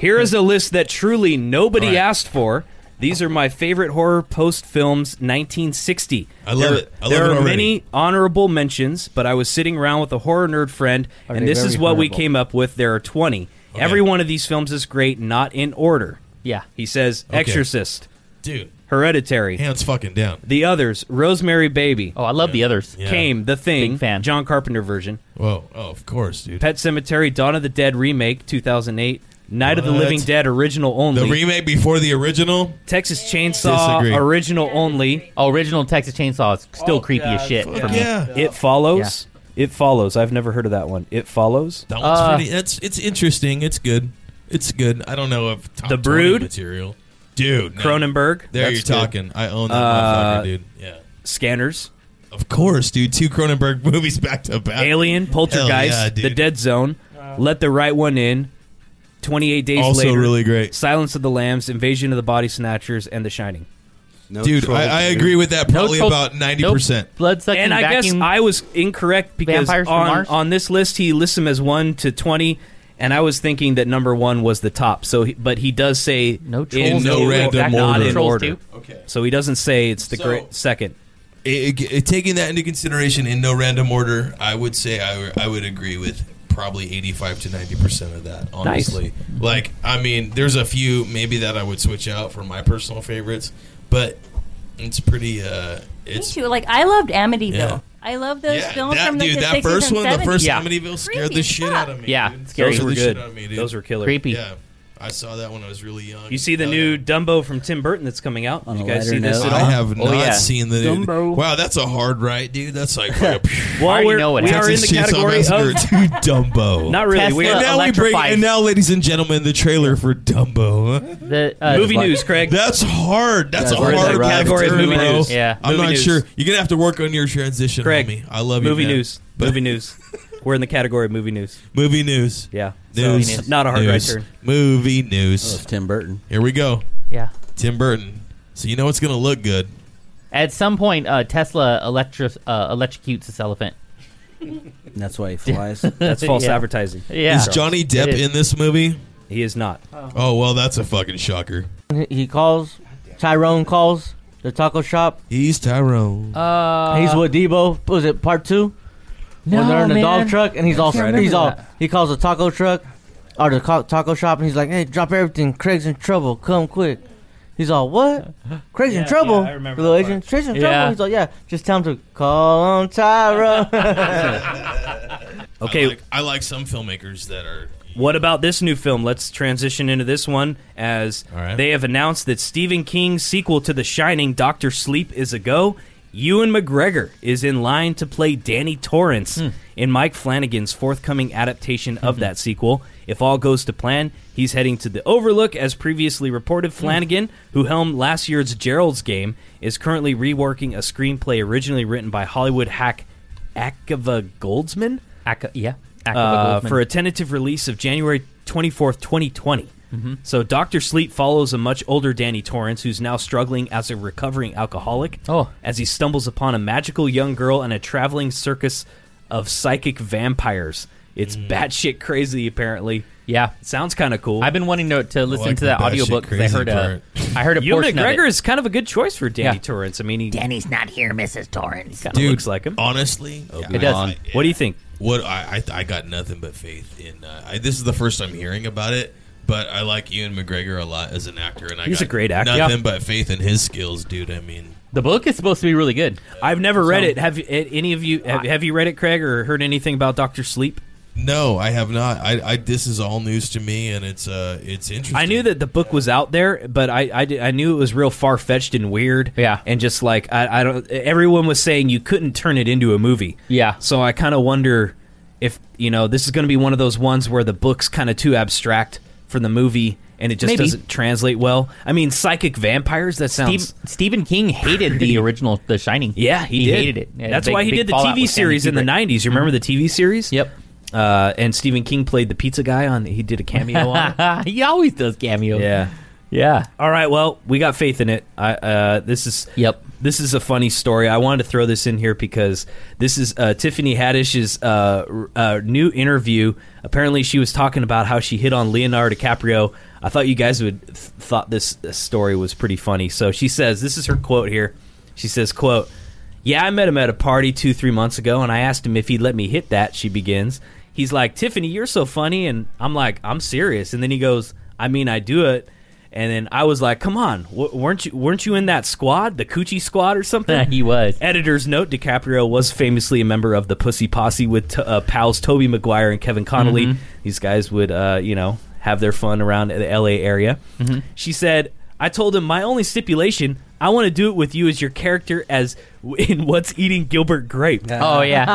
S2: Here is a list that truly nobody asked for. These are my favorite horror post films 1960.
S5: I love
S2: there,
S5: it. I love
S2: there
S5: it
S2: are
S5: already.
S2: many honorable mentions, but I was sitting around with a horror nerd friend,
S16: Are
S2: and
S16: they
S2: this is
S16: very
S2: what we
S16: honorable?
S2: came up with. There are 20. Every one of these films is great, not in order.
S3: Yeah.
S2: He says
S5: Okay.
S2: Exorcist.
S5: Dude.
S2: Hereditary.
S5: Hands fucking down.
S2: The Others. Rosemary Baby.
S3: Oh, I love The Others.
S5: Yeah.
S2: Came. The Thing.
S5: Big
S2: fan. John Carpenter version.
S5: Whoa. Oh, of course, dude.
S2: Pet Cemetery, Dawn of the Dead remake, 2008, Night of the
S5: What?
S2: Living Dead original only,
S5: The remake before the original.
S2: Texas Chainsaw
S5: Disagree.
S2: original only,
S3: oh, original Texas Chainsaw is still
S7: Oh,
S3: creepy as shit for me.
S2: It follows. It follows. I've never heard of that one. It follows.
S5: That one's pretty. That's it's interesting. It's good. It's good. I don't know if top
S2: The
S5: 20
S2: Brood?
S5: material, dude. no.
S2: Cronenberg.
S5: There
S2: That's
S5: you're
S2: good.
S5: talking. I own that
S2: Uh,
S5: motherfucker, dude. Yeah.
S2: Scanners.
S5: Of course, dude. Two Cronenberg movies back to back.
S2: Alien, Poltergeist,
S5: Uh, Hell yeah, dude.
S2: The Dead Zone, Let the Right One In, 28 Days
S5: Also
S2: Later,
S5: really great.
S2: Silence of the Lambs, Invasion of the Body Snatchers, and The Shining.
S5: dude, I, I agree with that probably about ninety percent.
S3: Blood-sucking
S2: And I guess
S3: vacuum-
S2: I was incorrect because
S3: Vampires from
S2: on,
S3: Mars?
S2: on this list he lists them as one to twenty, and I was thinking that number one was the top. So, he, but he does say no
S5: Trolls no two. random
S2: not
S5: order.
S2: in
S5: Trolls
S2: order.
S5: two.
S2: Okay. So he doesn't say it's the
S5: So-
S2: great second.
S5: It, it- taking that into consideration in no random order, I would say I, I would agree with probably 85 to 90 percent of that. Honestly, like I mean, there's a few maybe that I would switch out for my personal favorites, but it's pretty. uh
S4: Me
S5: It's
S4: too. Like I loved Amityville.
S5: Yeah.
S4: I love those
S5: Yeah,
S4: films
S5: that-
S4: from like,
S5: dude,
S4: the
S5: that
S4: 60s
S5: first
S4: and
S5: one, the
S4: 70s.
S5: first Yeah. Amityville scared
S4: Creepy
S5: the
S4: as
S5: shit
S4: fuck.
S5: out of me.
S3: Yeah,
S5: dude.
S3: scary.
S5: Scared
S3: Those were
S5: the shit
S3: good.
S5: out of me, dude.
S2: Those were killer.
S3: Creepy.
S5: Yeah, I saw that when I was really young. Oh,
S2: You see the new Dumbo from Tim Burton that's coming out. Did you guys see this? at
S5: I
S2: all? Oh,
S5: have not seen the Wow, that's a hard right, dude. That's like
S2: Well, I already we're- know it we are
S5: Texas
S2: in the
S5: Chainsaw
S2: category of-
S5: Massacre 2 Dumbo.
S2: Not really, we
S5: and
S2: are
S5: now we bring
S2: electrified.
S5: and now, ladies and gentlemen, the trailer for Dumbo.
S3: The uh,
S2: movie news, Craig.
S5: That's hard. That's
S2: Yeah,
S5: a
S2: we're in the
S5: hard
S2: right category of
S5: term,
S2: movie
S5: bro.
S2: news. Yeah.
S5: I'm
S2: Movie
S5: not
S2: news.
S5: sure. You're gonna have to work on your transition,
S2: Craig,
S5: homie. I love you.
S2: movie
S5: man.
S2: news. Movie news. We're in the category of movie news.
S5: Movie news.
S2: Yeah.
S5: News.
S2: So, not a hard right
S5: News.
S2: turn.
S5: Movie news.
S8: Oh, it's Tim Burton.
S5: Here we go.
S3: Yeah.
S5: Tim Burton. So you know it's gonna look good.
S3: At some point, uh, Tesla electri- uh, electrocutes this elephant.
S8: That's why he flies.
S2: That's false advertising.
S3: Yeah.
S5: Is Johnny Depp
S3: It is.
S5: in this movie?
S2: He is not.
S5: Oh. well, that's a fucking shocker.
S7: He- He calls. Tyrone calls the taco shop.
S5: He's Tyrone.
S3: Uh,
S7: he's with Debo. Was it part two?
S3: No,
S7: when they're in the
S3: man.
S7: dog truck, and he's
S3: I
S7: all
S3: can't
S7: he's
S3: remember
S7: all
S3: that.
S7: he calls the taco truck or the co- taco shop, and he's like, "Hey, drop everything. Craig's in trouble. Come quick." He's all, "What? Craig's in
S3: Yeah,
S7: trouble?"
S3: yeah, I remember
S7: The little
S3: that
S7: agent,
S3: part.
S7: Craig's in
S3: Yeah.
S7: trouble. He's all, "Yeah, just tell him to call on Tyrone."
S2: Okay.
S5: I like, I like some filmmakers that are
S2: What about this new film? Let's transition into this one as they have announced that Stephen King's sequel to The Shining, Doctor Sleep, is a go. Ewan McGregor is in line to play Danny Torrance in Mike Flanagan's forthcoming adaptation of that sequel. If all goes to plan, he's heading to the Overlook. As previously reported, Flanagan, who helmed last year's Gerald's game, is currently reworking a screenplay originally written by Hollywood hack Akava Goldsman.
S3: Aka, yeah. Akava
S2: uh,
S3: Goldsman.
S2: for a tentative release of January 24th, 2020.
S3: Mhm.
S2: So Dr. Sleep follows a much older Danny Torrance who's now struggling as a recovering alcoholic oh. as he stumbles upon a magical young girl and a traveling circus of psychic vampires. It's
S3: Mm.
S2: batshit crazy apparently.
S3: Yeah.
S2: Sounds kind of cool.
S3: I've been wanting to, to listen to that audiobook because I heard a, I heard a
S2: Ewan
S3: portion
S2: McGregor
S3: of it.
S2: is kind of a good choice for Danny
S3: Yeah.
S2: Torrance. I mean, he
S9: Danny's not here, Mrs. Torrance.
S2: kind of looks like him.
S5: Honestly, yeah,
S2: It does. What do you think?
S5: What I I, I got nothing but faith in. Uh, I, this is the first I'm hearing about it, but I like Ian McGregor a lot as an actor, and I
S2: He's
S5: got
S2: a great actor.
S5: Nothing
S2: Yeah.
S5: but faith in his skills, dude. I mean,
S3: The book is supposed to be really good.
S2: I've never read
S3: So-
S2: it. Have you- a- any of you have, have you read it, Craig, or heard anything about Doctor Sleep?
S5: no, I have not. I, I this is all news to me, and it's uh it's interesting.
S2: I knew that the book was out there, but I I, did- I knew it was real far fetched and weird. Yeah, and just like I, I don't. Everyone was saying you couldn't turn it into a movie. Yeah. So I kind of wonder if you know this is going to be one of those ones where the book's kind of too abstract from the movie and it just
S3: Maybe.
S2: doesn't translate well. I mean, psychic vampires. That sounds.
S3: Stephen King hated the original The Shining.
S2: Yeah, he, did.
S3: hated it. Yeah,
S2: That's
S3: big-
S2: why he
S3: big
S2: did the
S3: fallout
S2: TV
S3: with Stanley
S2: series in the
S3: Kubrick.
S2: '90s. You remember the TV series?
S3: Yep.
S2: Uh, and Stephen King played the pizza guy on. He did a cameo on. it.
S3: Ah, he always does cameos.
S2: Yeah.
S3: Yeah.
S2: All right. Well, we got faith in it. I, uh, this is
S3: yep.
S2: This is a funny story. I wanted to throw this in here because this is uh, Tiffany Haddish's uh, r- uh, new interview. Apparently, she was talking about how she hit on Leonardo DiCaprio. I thought you guys would th- thought this, this story was pretty funny. So she says, "This is her quote here." She says, "Quote." Yeah, I met him at a party two, three months ago, and I asked him if he'd let me hit that. She begins. He's like, Tiffany, you're so funny. And I'm like, I'm serious. And then he goes, I mean, I do it. And then I was like, "Come on, w- weren't you weren't you in that squad, the Coochie Squad or something?"
S3: he was.
S2: Editor's note: DiCaprio was famously a member of the Pussy Posse with t- uh, pals Toby Maguire and Kevin Connolly.
S3: Mhm.
S2: These guys would, uh, you know, have their fun around the L.A. area.
S3: Mhm.
S2: She said, "I told him my only stipulation: I want to do it with you as your character as w- in What's Eating Gilbert Grape."
S3: Oh yeah.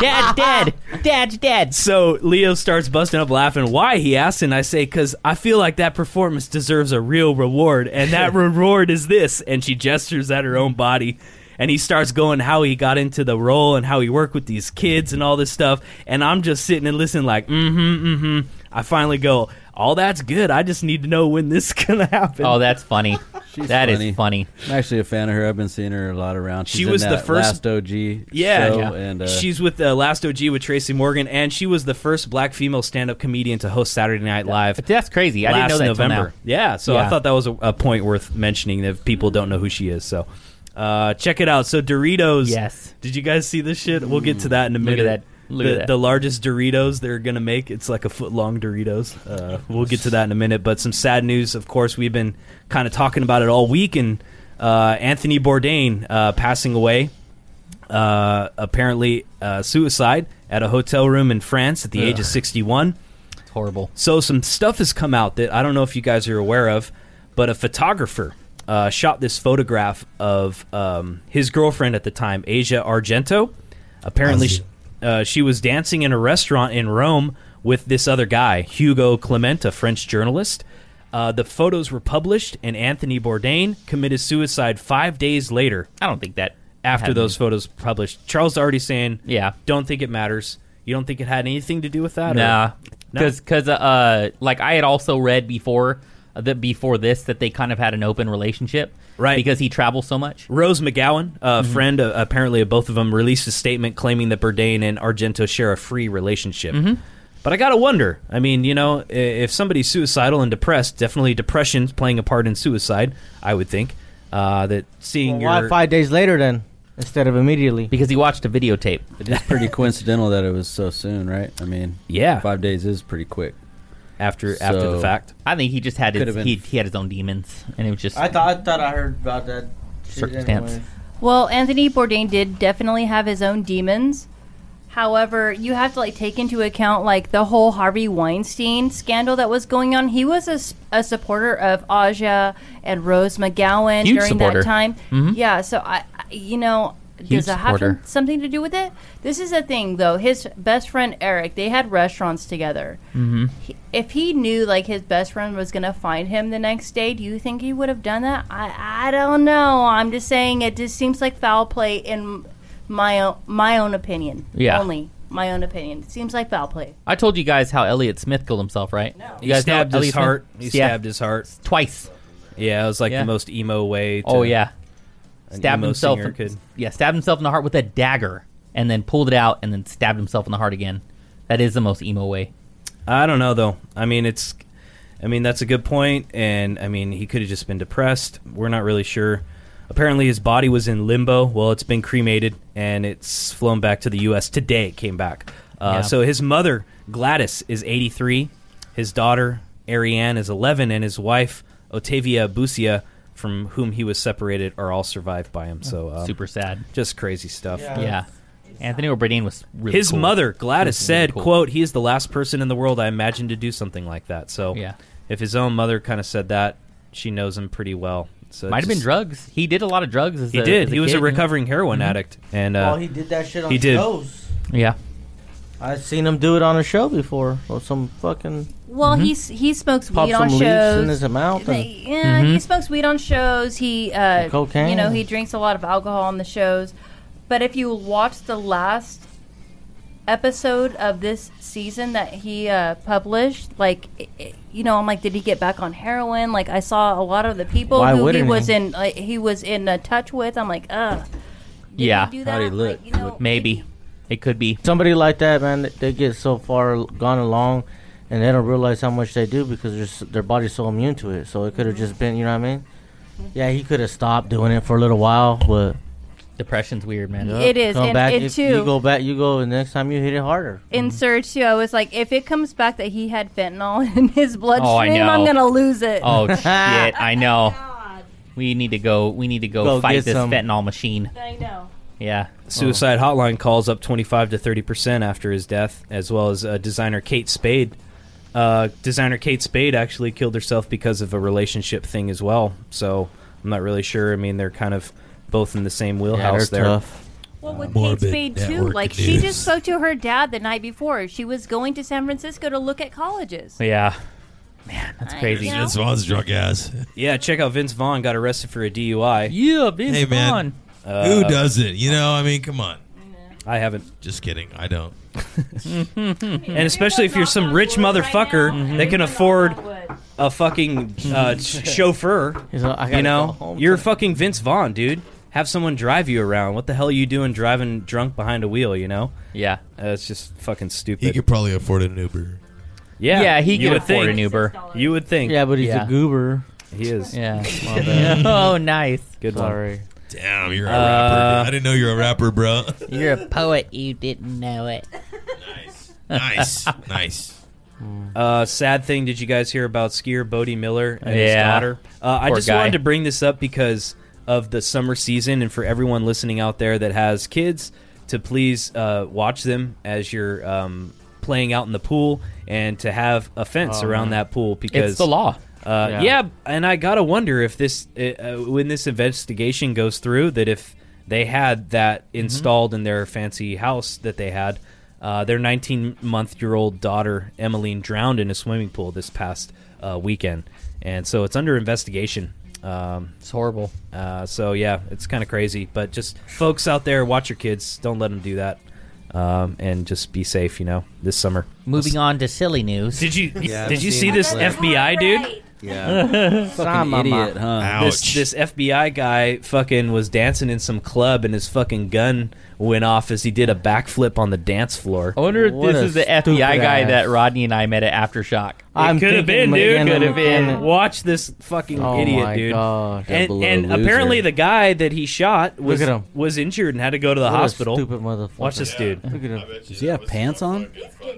S3: Dad's dead. Dad's dead.
S2: So Leo starts busting up laughing. Why? He asks, and I say, "Cause I feel like that performance deserves a real reward, and that reward is this." And she gestures at her own body, and he starts going how he got into the role and how he worked with these kids and all this stuff. And I'm just sitting and listening, like, mm-hmm, mm-hmm. I finally go, "All that's good. I just need to know when this is gonna happen."
S3: Oh, that's funny. That is funny.
S8: I'm actually a fan of her. I've been seeing her a lot around. She's
S2: she was
S8: in
S2: the
S8: that
S2: first
S8: last OG.
S2: Yeah,
S8: show,
S2: yeah.
S8: and uh,
S2: she's with uh, Last OG with Tracy Morgan, and she was the first black female stand-up comedian to host Saturday Night Live.
S3: That's crazy. I didn't
S2: last
S3: know that till
S2: November.
S3: now.
S2: Yeah, so
S3: Yeah.
S2: I thought that was a, a point worth mentioning that if people don't know who she is. So uh, check it out. So Doritos.
S3: Yes.
S2: Did you guys see this shit? We'll get to that in a
S3: Look at
S2: minute.
S3: that. Look at
S2: the,
S3: that.
S2: the largest Doritos they're gonna make. It's like a foot long Doritos. Uh, we'll get to that in a minute. But some sad news, of course. We've been kind of talking about it all week, and uh, Anthony Bourdain uh, passing away uh, apparently uh, suicide at a hotel room in France at the age
S3: Ugh.
S2: of 61.
S3: It's horrible.
S2: So some stuff has come out that I don't know if you guys are aware of, but a photographer uh, shot this photograph of um, his girlfriend at the time, Asia Argento. Apparently, she, uh, she was dancing in a restaurant in Rome with this other guy, Hugo Clement, a French journalist. Uh, the photos were published, and Anthony Bourdain committed suicide five days later.
S3: I don't think that
S2: after
S3: had
S2: those photos published. Charles already saying,
S3: Yeah.
S2: don't think it matters. You don't think it had anything to do with that? or-
S3: Nah,
S2: No?
S3: because because uh, like I had also read before uh, that before this that they kind of had an open relationship, right? Because he travels so much.
S2: Rose McGowan, a
S3: Mhm.
S2: friend uh, apparently of both of them, released a statement claiming that Bourdain and Argento share a free relationship.
S3: Mhm.
S2: But I gotta wonder. I mean, you know, i- if somebody's suicidal and depressed, definitely depression's playing a part in suicide. I would think uh, that seeing your
S7: Why five days later then, instead of immediately?
S3: Because he watched a videotape.
S8: it's pretty coincidental that it was so soon, right? I mean,
S2: yeah,
S8: five days is pretty quick.
S2: After after the fact.
S3: I think he just had
S8: Could've
S3: his,
S8: been-
S3: he, he had his own demons, and it was just
S7: I thought I thought I heard about that shit
S3: Circumstance.
S7: anyway.
S4: Well, Anthony Bourdain did definitely have his own demons. However, you have to like take into account like the whole Harvey Weinstein scandal that was going on. He was a, s- a supporter of Aja and Rose McGowan
S3: Huge
S4: during
S3: supporter.
S4: that time.
S3: Mhm.
S4: Yeah, so I, I you know,
S3: Huge
S4: does that have
S3: supporter.
S4: some- something to do with it? This is the thing though. His best friend Eric, they had restaurants together.
S3: Mm-hmm.
S4: He- If he knew like his best friend was gonna find him the next day, do you think he would have done that? I I don't know. I'm just saying it just seems like foul play in my own my own opinion.
S3: Yeah.
S4: Only my own opinion. It seems like foul play.
S3: I told you guys how Elliot Smith killed himself, right?
S2: He
S3: You guys know
S2: stabbed his
S3: Elliot Smith?
S2: heart. He
S3: Yeah.
S2: stabbed his heart
S3: twice.
S2: Yeah, it was like
S3: Yeah.
S2: the most emo way. To
S3: Oh yeah,
S2: an
S3: stabbed
S2: emo
S3: himself.
S2: singer could.
S3: Yeah, stabbed himself in the heart with a dagger, and then pulled it out, and then stabbed himself in the heart again. That is the most emo way.
S2: I don't know though. I mean, it's. I mean, that's a good point, and I mean, he could have just been depressed. We're not really sure. Apparently, his body was in limbo. Well, it's been cremated, and it's flown back to the U.S. today. It came back. Uh,
S3: Yeah.
S2: So his mother Gladys is 83. His daughter Ariane is 11, and his wife Otavia Busia, from whom he was separated, are all survived by him. So uh,
S3: Super sad.
S2: Just crazy stuff.
S3: Yeah. Anthony Bourdain was really
S2: His
S3: cool.
S2: mother, Gladys,
S3: He was really
S2: said,
S3: cool.
S2: "quote He is the last person in the world I imagined to do something like that." So,
S3: Yeah.
S2: if his own mother kind of said that, she knows him pretty well. So it
S3: Might have been
S2: just-
S3: drugs. He did a lot of drugs. As
S2: He
S3: a-
S2: did.
S3: as
S2: he was
S3: kid,
S2: a
S3: you know?
S2: recovering heroin
S7: Oh,
S3: Mhm.
S2: addict, and uh,
S7: Well, he did that shit on
S2: he did.
S7: shows.
S3: Yeah.
S7: I've seen him do it on a show before. Or some fucking.
S4: Well, he's he smokes
S7: Pop
S4: weed
S7: Mm-hmm. some
S4: on
S7: leaves
S4: shows.
S7: in his mouth
S4: They-
S7: and-
S4: yeah, he
S3: Mm-hmm.
S7: Mhm.
S4: smokes weed on shows. He uh,
S7: And cocaine.
S4: You know, he drinks a lot of alcohol on the shows. But if you watch the last episode of this season that he uh, published, like, i i- you know, I'm like, did he get back on heroin? Like, I saw a lot of the people
S3: Why
S4: who he
S3: wouldn't
S4: was
S3: he?
S4: in like, he was in uh, touch with. I'm like, ugh.
S3: yeah.
S4: do How'd he that? look? Like, you know,
S3: Maybe. It could be.
S7: Somebody like that, man, they- they get so far gone along and they don't realize how much they do because their s their body's so immune to it. So it could have just been, you know what I mean? Yeah, he could have stopped doing it for a little while, but. uh,
S3: Depression's weird, man.
S4: It is, and it
S7: if
S4: too-
S7: You go back, you go, and next time you hit it harder.
S4: In Surge too, I was like, if it comes back that he had fentanyl in his
S3: Oh, I
S4: bloodstream,
S3: know.
S4: I'm gonna lose it.
S3: Oh shit! I know. We need to go. We need to go,
S2: Go
S3: fight
S2: get
S3: this
S2: some.
S3: fentanyl machine.
S4: I know.
S3: Yeah.
S2: Suicide Hotline calls up 25 to 30 percent after his death, as well as uh, designer Kate Spade. Uh, designer Kate Spade actually killed herself because of a relationship thing as well. So I'm not really sure. I mean, they're kind of both in the same wheelhouse
S7: they're
S2: there.
S7: tough.
S4: Well, with
S2: Morbid
S4: Kate Spade too,
S2: network
S4: like she
S2: news.
S4: just spoke to her dad the night before. She was going to San Francisco to look at colleges.
S3: Yeah. Man, that's
S4: crazy. you know? Vince
S11: Vaughn's drunk ass.
S2: Yeah, check out Vince Vaughn got arrested for a DUI.
S3: Yeah, Vince
S11: Hey, man.
S2: Uh,
S11: Who does it? You know, I mean, come on.
S2: I haven't.
S11: Just kidding. I don't.
S2: and especially if you're some rich motherfucker
S4: Mm-hmm.
S2: that can afford a fucking uh, ch- chauffeur,
S7: like, "I
S2: you
S7: gotta go
S2: know,
S7: home
S2: you're fucking Vince Vaughn, dude. Have someone drive you around. What the hell are you doing driving drunk behind a wheel? You know?
S3: Yeah,
S2: uh, it's just fucking stupid.
S11: He could probably afford an Uber.
S2: yeah,
S3: Yeah, he
S2: you
S3: could
S2: would
S3: afford
S2: think.
S3: an Uber.
S2: You would think.
S7: Yeah, but he's
S3: Yeah.
S7: a goober.
S2: He is.
S3: Yeah.
S7: My bad.
S3: oh, nice.
S2: Good one.
S7: Sorry.
S11: Damn, you're a
S2: Uh,
S11: rapper. dude. I didn't know you were a rapper, bro.
S9: You're a poet. You didn't know it.
S11: nice, nice.
S2: Uh, sad thing. Did you guys hear about skier Bodie Miller and his
S3: Yeah.
S2: daughter? Uh, I
S3: Poor
S2: just
S3: guy.
S2: wanted to bring this up because of the summer season, and for everyone listening out there that has kids, to please uh, watch them as you're um, playing out in the pool, and to have a fence
S3: Oh,
S2: around
S3: man.
S2: that pool because
S3: the law.
S2: Uh,
S3: Yeah.
S2: yeah. and I gotta wonder if this, uh, uh, when this investigation goes through, that if they had that installed in their fancy house that they had, uh, their 19 month year old daughter Emmeline drowned in a swimming pool this past uh, weekend, and so it's under investigation. Um,
S3: it's horrible.
S2: Uh, so yeah, it's kind of crazy. But just folks out there, watch your kids. Don't let them do that, um, and just be safe. You know, this summer.
S3: Moving on to silly news.
S2: Did you did you see this FBI dude?
S3: Yeah.
S8: Fucking idiot, huh?
S2: Uh, This, this FBI guy fucking was dancing in some club and his fucking gun went off as he did a backflip on the dance floor.
S3: I wonder if this is the FBI guy
S2: ass.
S3: that Rodney and I met at AfterShock.
S2: It could have been, dude. Could have been. Watch this fucking
S3: Oh
S2: idiot,
S3: my
S2: dude.
S3: gosh.
S2: And,
S3: Double O
S2: and
S3: loser.
S2: apparently, the guy that he shot was
S7: Look at him.
S2: was injured and had to go to the
S7: What a
S2: hospital.
S7: stupid motherfucker.
S2: Watch this dude.
S7: Look at him.
S8: Does he have pants on?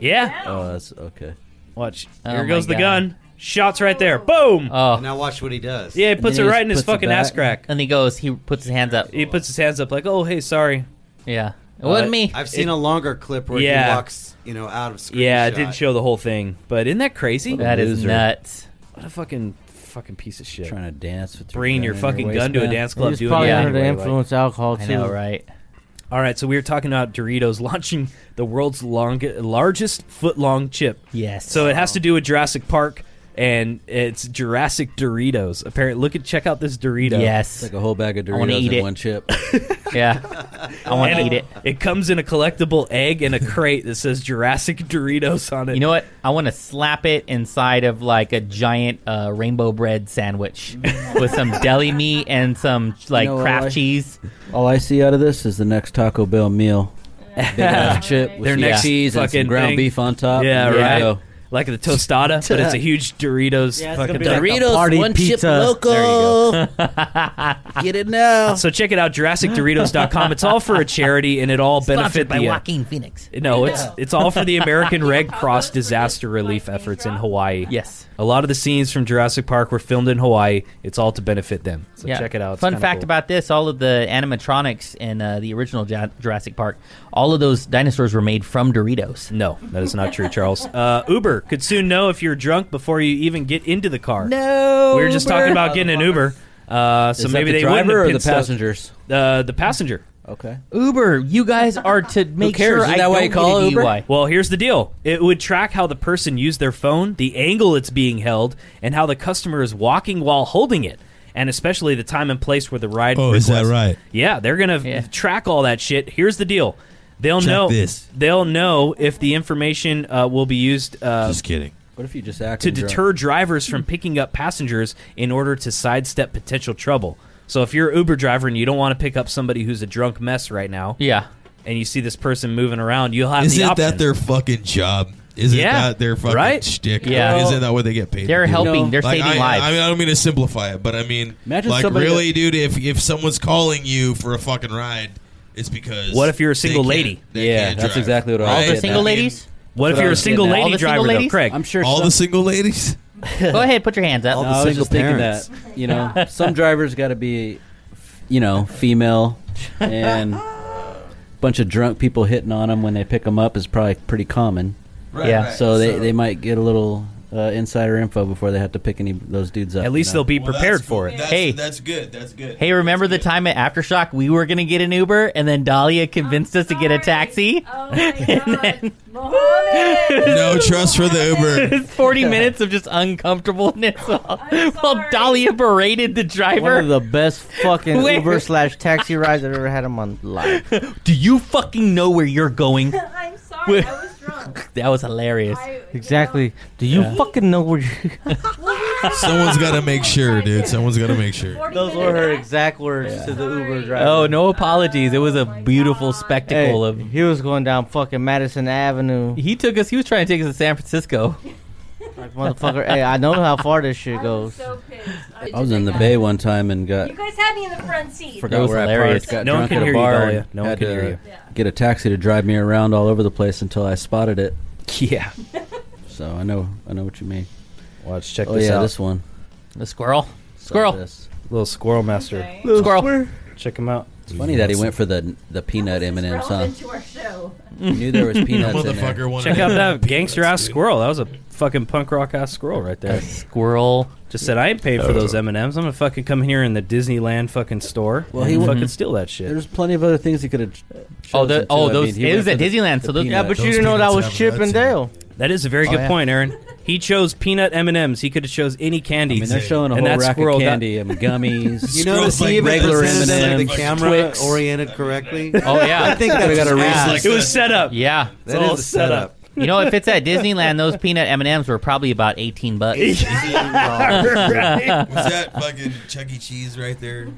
S2: Yeah.
S8: Oh, that's okay.
S2: Watch.
S8: Oh
S2: Here
S8: my
S2: goes the
S8: God.
S2: gun. Shots right there. Boom.
S3: Oh.
S6: Now watch what he does.
S2: Yeah, he puts it right in his fucking ass crack.
S3: And he goes, he puts his hands up.
S2: He puts his hands up like, oh, hey, sorry.
S3: Yeah. It
S2: Uh,
S3: wasn't me.
S6: I've seen
S2: It-
S6: a longer clip where
S2: Yeah.
S6: he walks, you know, out of screen.
S2: Yeah,
S6: shot.
S2: it didn't show the whole thing, but isn't that crazy?
S3: What a That is loser. nuts.
S2: What a fucking fucking piece of shit.
S8: Trying to dance with your
S2: bringing
S8: gun
S2: your
S8: in
S2: fucking gun to a
S8: waistband.
S2: dance club.
S7: He's
S2: doing
S7: probably
S2: that
S7: under the
S2: anyway, like-
S7: influence of alcohol too.
S3: I know, right?
S2: All right, so we were talking about Doritos launching the world's long, largest foot-long chip.
S3: Yes.
S2: So it has to do with Jurassic Park, and it's Jurassic Doritos. Apparently, look at check out this Dorito.
S3: Yes.
S8: Like a whole bag of
S2: I wanna
S8: Doritos
S2: eat
S8: and
S2: it.
S8: one chip.
S3: Yeah. I want to
S2: And
S3: eat it.
S2: It comes in a collectible egg and a crate that says Jurassic Doritos on it.
S3: You know what? I want to slap it inside of like a giant uh, rainbow bread sandwich with some deli meat and some like
S8: You know,
S3: craft
S8: all I-
S3: cheese.
S8: All I see out of this is the next Taco Bell meal. Big ass chip with
S2: Their
S8: some
S2: next
S8: cheese and some
S2: fucking
S8: ground
S2: thing.
S8: beef on
S3: uh,
S8: top.
S2: Yeah,
S8: and there you
S2: right.
S8: go.
S2: Like the tostada, but it's a huge Doritos
S8: Yeah, it's gonna
S2: fucking
S8: be like the Doritos party one chip pizza. loco.
S2: There you
S8: Get it now.
S2: go. so check it out, JurassicDoritos.com. It's all for a charity, and it all benefits
S9: Sponsored by
S2: the. uh,
S9: Joaquin Phoenix.
S2: no, it's it's all for the American Red Cross disaster relief efforts in Hawaii.
S3: Yes.
S2: a lot of the scenes from Jurassic Park were filmed in Hawaii. It's all to benefit them. So
S3: Yeah.
S2: check it out. It's
S3: Fun
S2: kinda
S3: fact
S2: cool.
S3: about this: all of the animatronics in uh, the original Ja- Jurassic Park, all of those dinosaurs were made from Doritos.
S2: No, that is not true, Charles. Uh, Uber could soon know if you're drunk before you even get into the car.
S3: No,
S2: we were just talking about getting an Uber. Uh, so
S8: Is that
S2: maybe
S8: the
S2: they wouldn't
S8: driver
S2: have
S8: or the
S2: pit stuff.
S8: passengers?
S2: Uh, the passenger.
S3: Okay. Uber, you guys are to make
S2: cares?
S3: sure
S2: Isn't
S3: I
S2: that
S3: don't
S2: why you call
S3: get a
S2: it Uber?
S3: DUI.
S2: Well, here's the deal. It would track how the person used their phone, the angle it's being held, and how the customer is walking while holding it, and especially the time and place where the ride.
S11: Oh, is that
S2: request-
S11: right?
S2: Yeah, they're gonna track all that shit. Here's the deal. They'll
S11: Check
S2: know.
S11: this.
S2: They'll know if the information uh, will be used. Uh,
S11: Just kidding.
S8: What if you just act
S2: to deter drivers from picking up passengers in order to sidestep potential trouble. So if you're an Uber driver and you don't want to pick up somebody who's a drunk mess right now,
S3: yeah,
S2: and you see this person moving around, you'll have the
S11: Isn't
S2: option.
S11: that their fucking job? Isn't
S2: Yeah,
S11: that their fucking
S2: right?
S11: shtick?
S2: Yeah.
S11: Isn't that what they get paid?
S2: They're
S11: to do?
S2: helping. They're
S11: Like, I,
S2: saving lives.
S11: I mean, I don't mean to simplify it, but I mean,
S2: Imagine
S11: like
S2: somebody
S11: really, dude, if if someone's calling you for a fucking ride, it's because
S2: What if you're a
S11: they
S2: single
S11: can't-
S2: lady?
S11: they
S2: Yeah,
S11: can't
S2: that's
S11: drive,
S2: exactly what I was
S11: right?
S2: getting at.
S11: I mean,
S2: What if
S11: I
S2: you're a
S11: was
S2: single
S11: getting at.
S2: lady driver, though, Craig?
S8: I'm sure
S11: all
S8: some-
S11: the single ladies.
S3: Go ahead, put your hands up.
S8: No, I was just thinking that you know some drivers got to be, you know, female and a bunch of drunk people hitting on them when they pick them up is probably pretty common.
S2: Right, Yeah. right.
S8: So they
S2: So-
S8: they might get a little uh, insider info before they have to pick any of those dudes up.
S2: At least they'll be prepared for it.
S11: That's,
S3: Hey.
S11: that's good. That's good.
S3: Hey, remember the time at Aftershock we were going to get an Uber and then Dahlia convinced us to get a taxi? Oh my god.
S11: no trust for the Uber.
S3: 40 minutes of just uncomfortableness while, while Dahlia berated the
S7: One of
S3: driver.
S7: the best fucking
S3: Where-
S7: Uber slash taxi rides I've ever had in my life.
S3: Do you fucking know where you're going? I'm sorry,
S7: I
S3: was drunk. that was hilarious.
S7: Exactly. Do you fucking know where you?
S11: Someone's got to make sure, dude. Someone's got to make sure.
S7: Those were her exact words to the Uber driver.
S3: Oh, no apologies. It was a beautiful spectacle
S7: Hey,
S3: of
S7: he was going down fucking Madison Avenue.
S3: He took us. He was trying to take us to San Francisco.
S7: Motherfucker, hey, I know how far this shit goes.
S8: I was in the bay one time and got
S10: You guys had me in the front seat.
S8: forgot where I parked. Got drunk at a bar. and had to Get a taxi to drive me around all over the place until I spotted it.
S2: Yeah.
S8: so I know I know what you mean.
S2: Watch. Check
S8: oh,
S2: this
S8: yeah,
S2: out.
S8: This one.
S3: The squirrel. Squirrel.
S2: Little squirrel master.
S3: Little Squirrel.
S2: Check him out.
S8: It's funny that he went for the the peanut M and M's, huh?
S10: to our show.
S8: He knew there was peanuts in there.
S11: Motherfucker wanted
S2: Check out that
S11: peanuts,
S2: gangster ass
S11: dude.
S2: squirrel. That was a fucking punk rock ass squirrel right there.
S3: squirrel
S2: just said, "I ain't paid for those M and M's. I'm gonna fucking come here in the Disneyland fucking store
S8: Well,
S2: and
S8: he
S2: fucking
S8: went-
S2: steal that shit."
S8: There's plenty of other things he could have. ch-
S3: Oh,
S8: chosen,
S3: the,
S8: too.
S3: oh,
S8: I
S3: those.
S8: mean, he
S3: it
S8: went
S3: was at
S8: for the-
S3: Disneyland.
S8: the
S3: So those.
S7: yeah,
S8: peanut.
S7: but you didn't know that was Chip and Dale.
S2: That is a very
S7: Oh,
S2: good
S7: yeah.
S2: point, Aaron. He chose peanut M and M's. He could have chose any candy.
S8: I mean, they're showing a
S2: and
S8: whole
S2: that
S8: rack
S2: squirrel
S8: of
S2: got-
S8: candy and gummies.
S12: You notice he even
S8: regular
S12: presented
S8: M&Ms,
S12: the camera
S8: Twix.
S12: oriented correctly.
S3: Oh yeah.
S12: I think that's got
S3: got a
S12: a
S3: raise.
S2: it was set up.
S3: Yeah.
S2: It's all set up.
S3: You know, if it's at Disneyland, those peanut M and M's were probably about eighteen bucks.
S11: Was that fucking Chuck E. Cheese right there?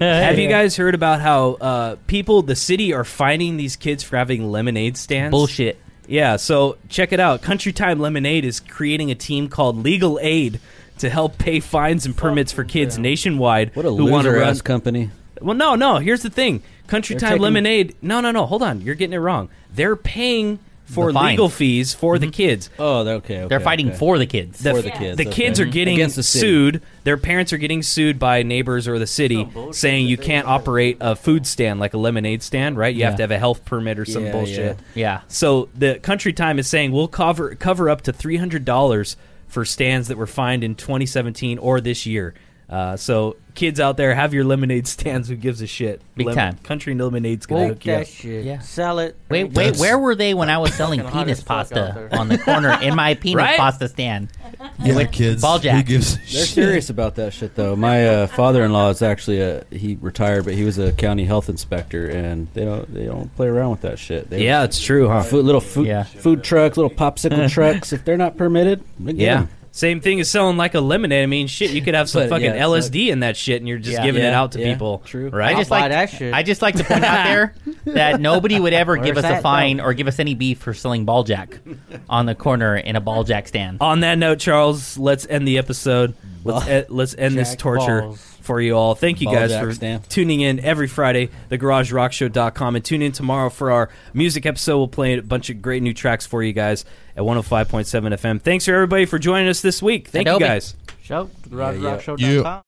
S2: Have you guys heard about how uh, people, the city, are fining these kids for having lemonade stands?
S3: Bullshit.
S2: Yeah, so check it out. Country Time Lemonade is creating a team called Legal Aid to help pay fines and permits for kids nationwide
S8: What a
S2: who want to
S8: loser
S2: run.
S8: ass company.
S2: Well, no, no. Here's the thing: Country
S8: They're
S2: Time
S8: taking-
S2: Lemonade. No, no, no. Hold on, you're getting it wrong. They're paying for
S3: The fine.
S2: legal fees for the kids.
S8: Oh, they're okay.
S3: They're
S8: okay,
S3: fighting
S8: okay.
S3: for the kids.
S2: The,
S8: For the kids,
S2: the
S8: okay.
S2: kids are
S8: Mhm.
S2: getting
S8: Against the city.
S2: sued. Their parents are getting sued by neighbors or the city, saying you can't operate a food stand like a lemonade stand, right? You have
S3: Yeah.
S2: to have a health permit or some
S3: Yeah,
S2: bullshit.
S3: yeah. Yeah.
S2: So the Country Time is saying we'll cover cover up to three hundred dollars for stands that were fined in 2017 or this year. Uh, so kids out there, have your lemonade stands. Who gives a shit?
S3: Big time.
S2: Country Lemonade's gonna
S7: Take
S2: hook you up.
S7: that shit. Sell it.
S3: Wait, wait. Where were they when I was selling
S7: Fucking hot
S3: penis
S7: as fuck out
S3: pasta
S7: there.
S3: on the corner in my peanut
S2: Right?
S3: pasta stand?
S11: Yeah, kids.
S3: Ball
S11: Who
S3: jack.
S11: gives? a
S8: They're
S11: shit?
S8: serious about that shit, though. My uh, father-in-law is actually a he retired, but he was a county health inspector, and they don't they don't play around with that shit. They
S2: Yeah, it's true, huh?
S8: food, little food
S3: Yeah.
S8: food trucks, little popsicle trucks. If they're not permitted, they get
S2: Yeah.
S8: 'em.
S2: Same thing as selling like a lemonade. I mean, shit, you could have some
S8: But,
S2: fucking
S8: yeah, it's
S2: LSD in that shit, and you're just
S3: Yeah.
S2: giving it
S8: Yeah,
S2: out to
S8: yeah,
S2: people.
S8: true.
S2: right?
S3: I just
S7: buy
S3: like
S7: that shit.
S3: I just like to point out there that nobody would ever give us
S7: Where's
S3: a
S7: that
S3: fine
S7: from?
S3: or give us any beef for selling ball jack on the corner in a ball jack stand.
S2: On that note, Charles, let's end the episode. Let's e- let's end this
S7: Jack
S2: torture
S7: balls.
S2: for you all. Thank you
S8: Ball
S2: guys
S8: jack
S2: for
S8: stamp.
S2: tuning in every Friday, thegaragerockshow.com, and tune in tomorrow for our music episode. We'll play a bunch of great new tracks for you guys at 105.7 FM. Thanks for everybody for joining us this week. Thank
S3: Adobe.
S2: you guys.
S7: Show.
S8: yeah.
S7: GarageRockShow.com.